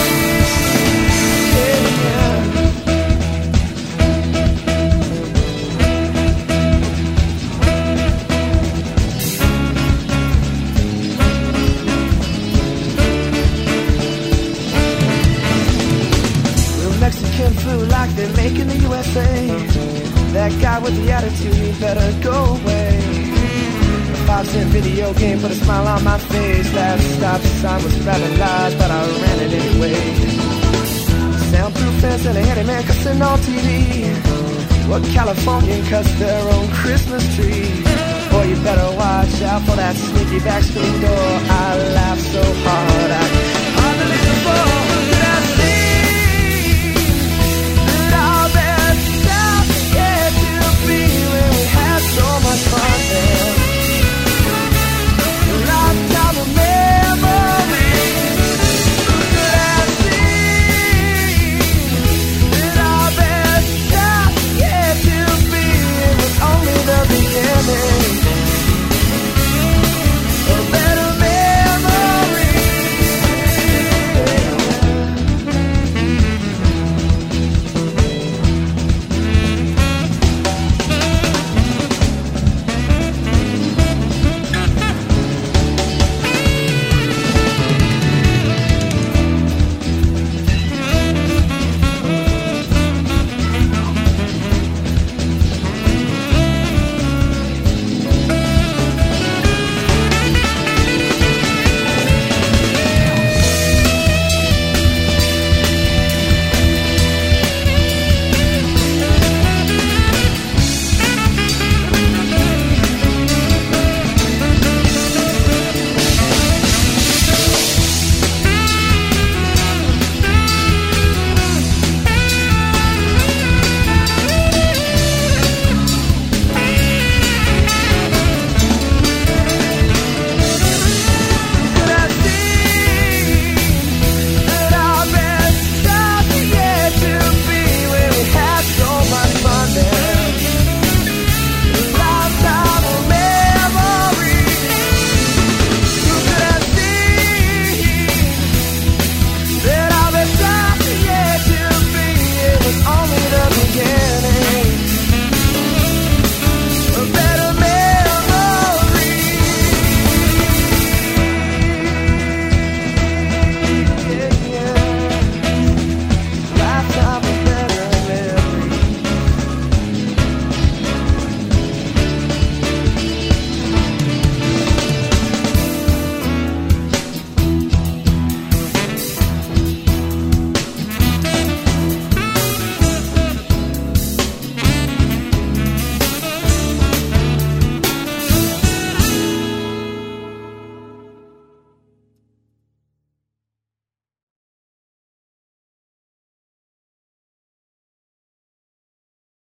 Yeah. Real Mexican food like they make in the USA. That guy with the attitude, he better go away. A five cent video game put a smile on my face. That stop sign was rather large, but I ran it anyway. Soundproof fence and a handyman cussing on TV. Well, Californian cuts their own Christmas tree. Boy, you better watch out for that sneaky back screen door. I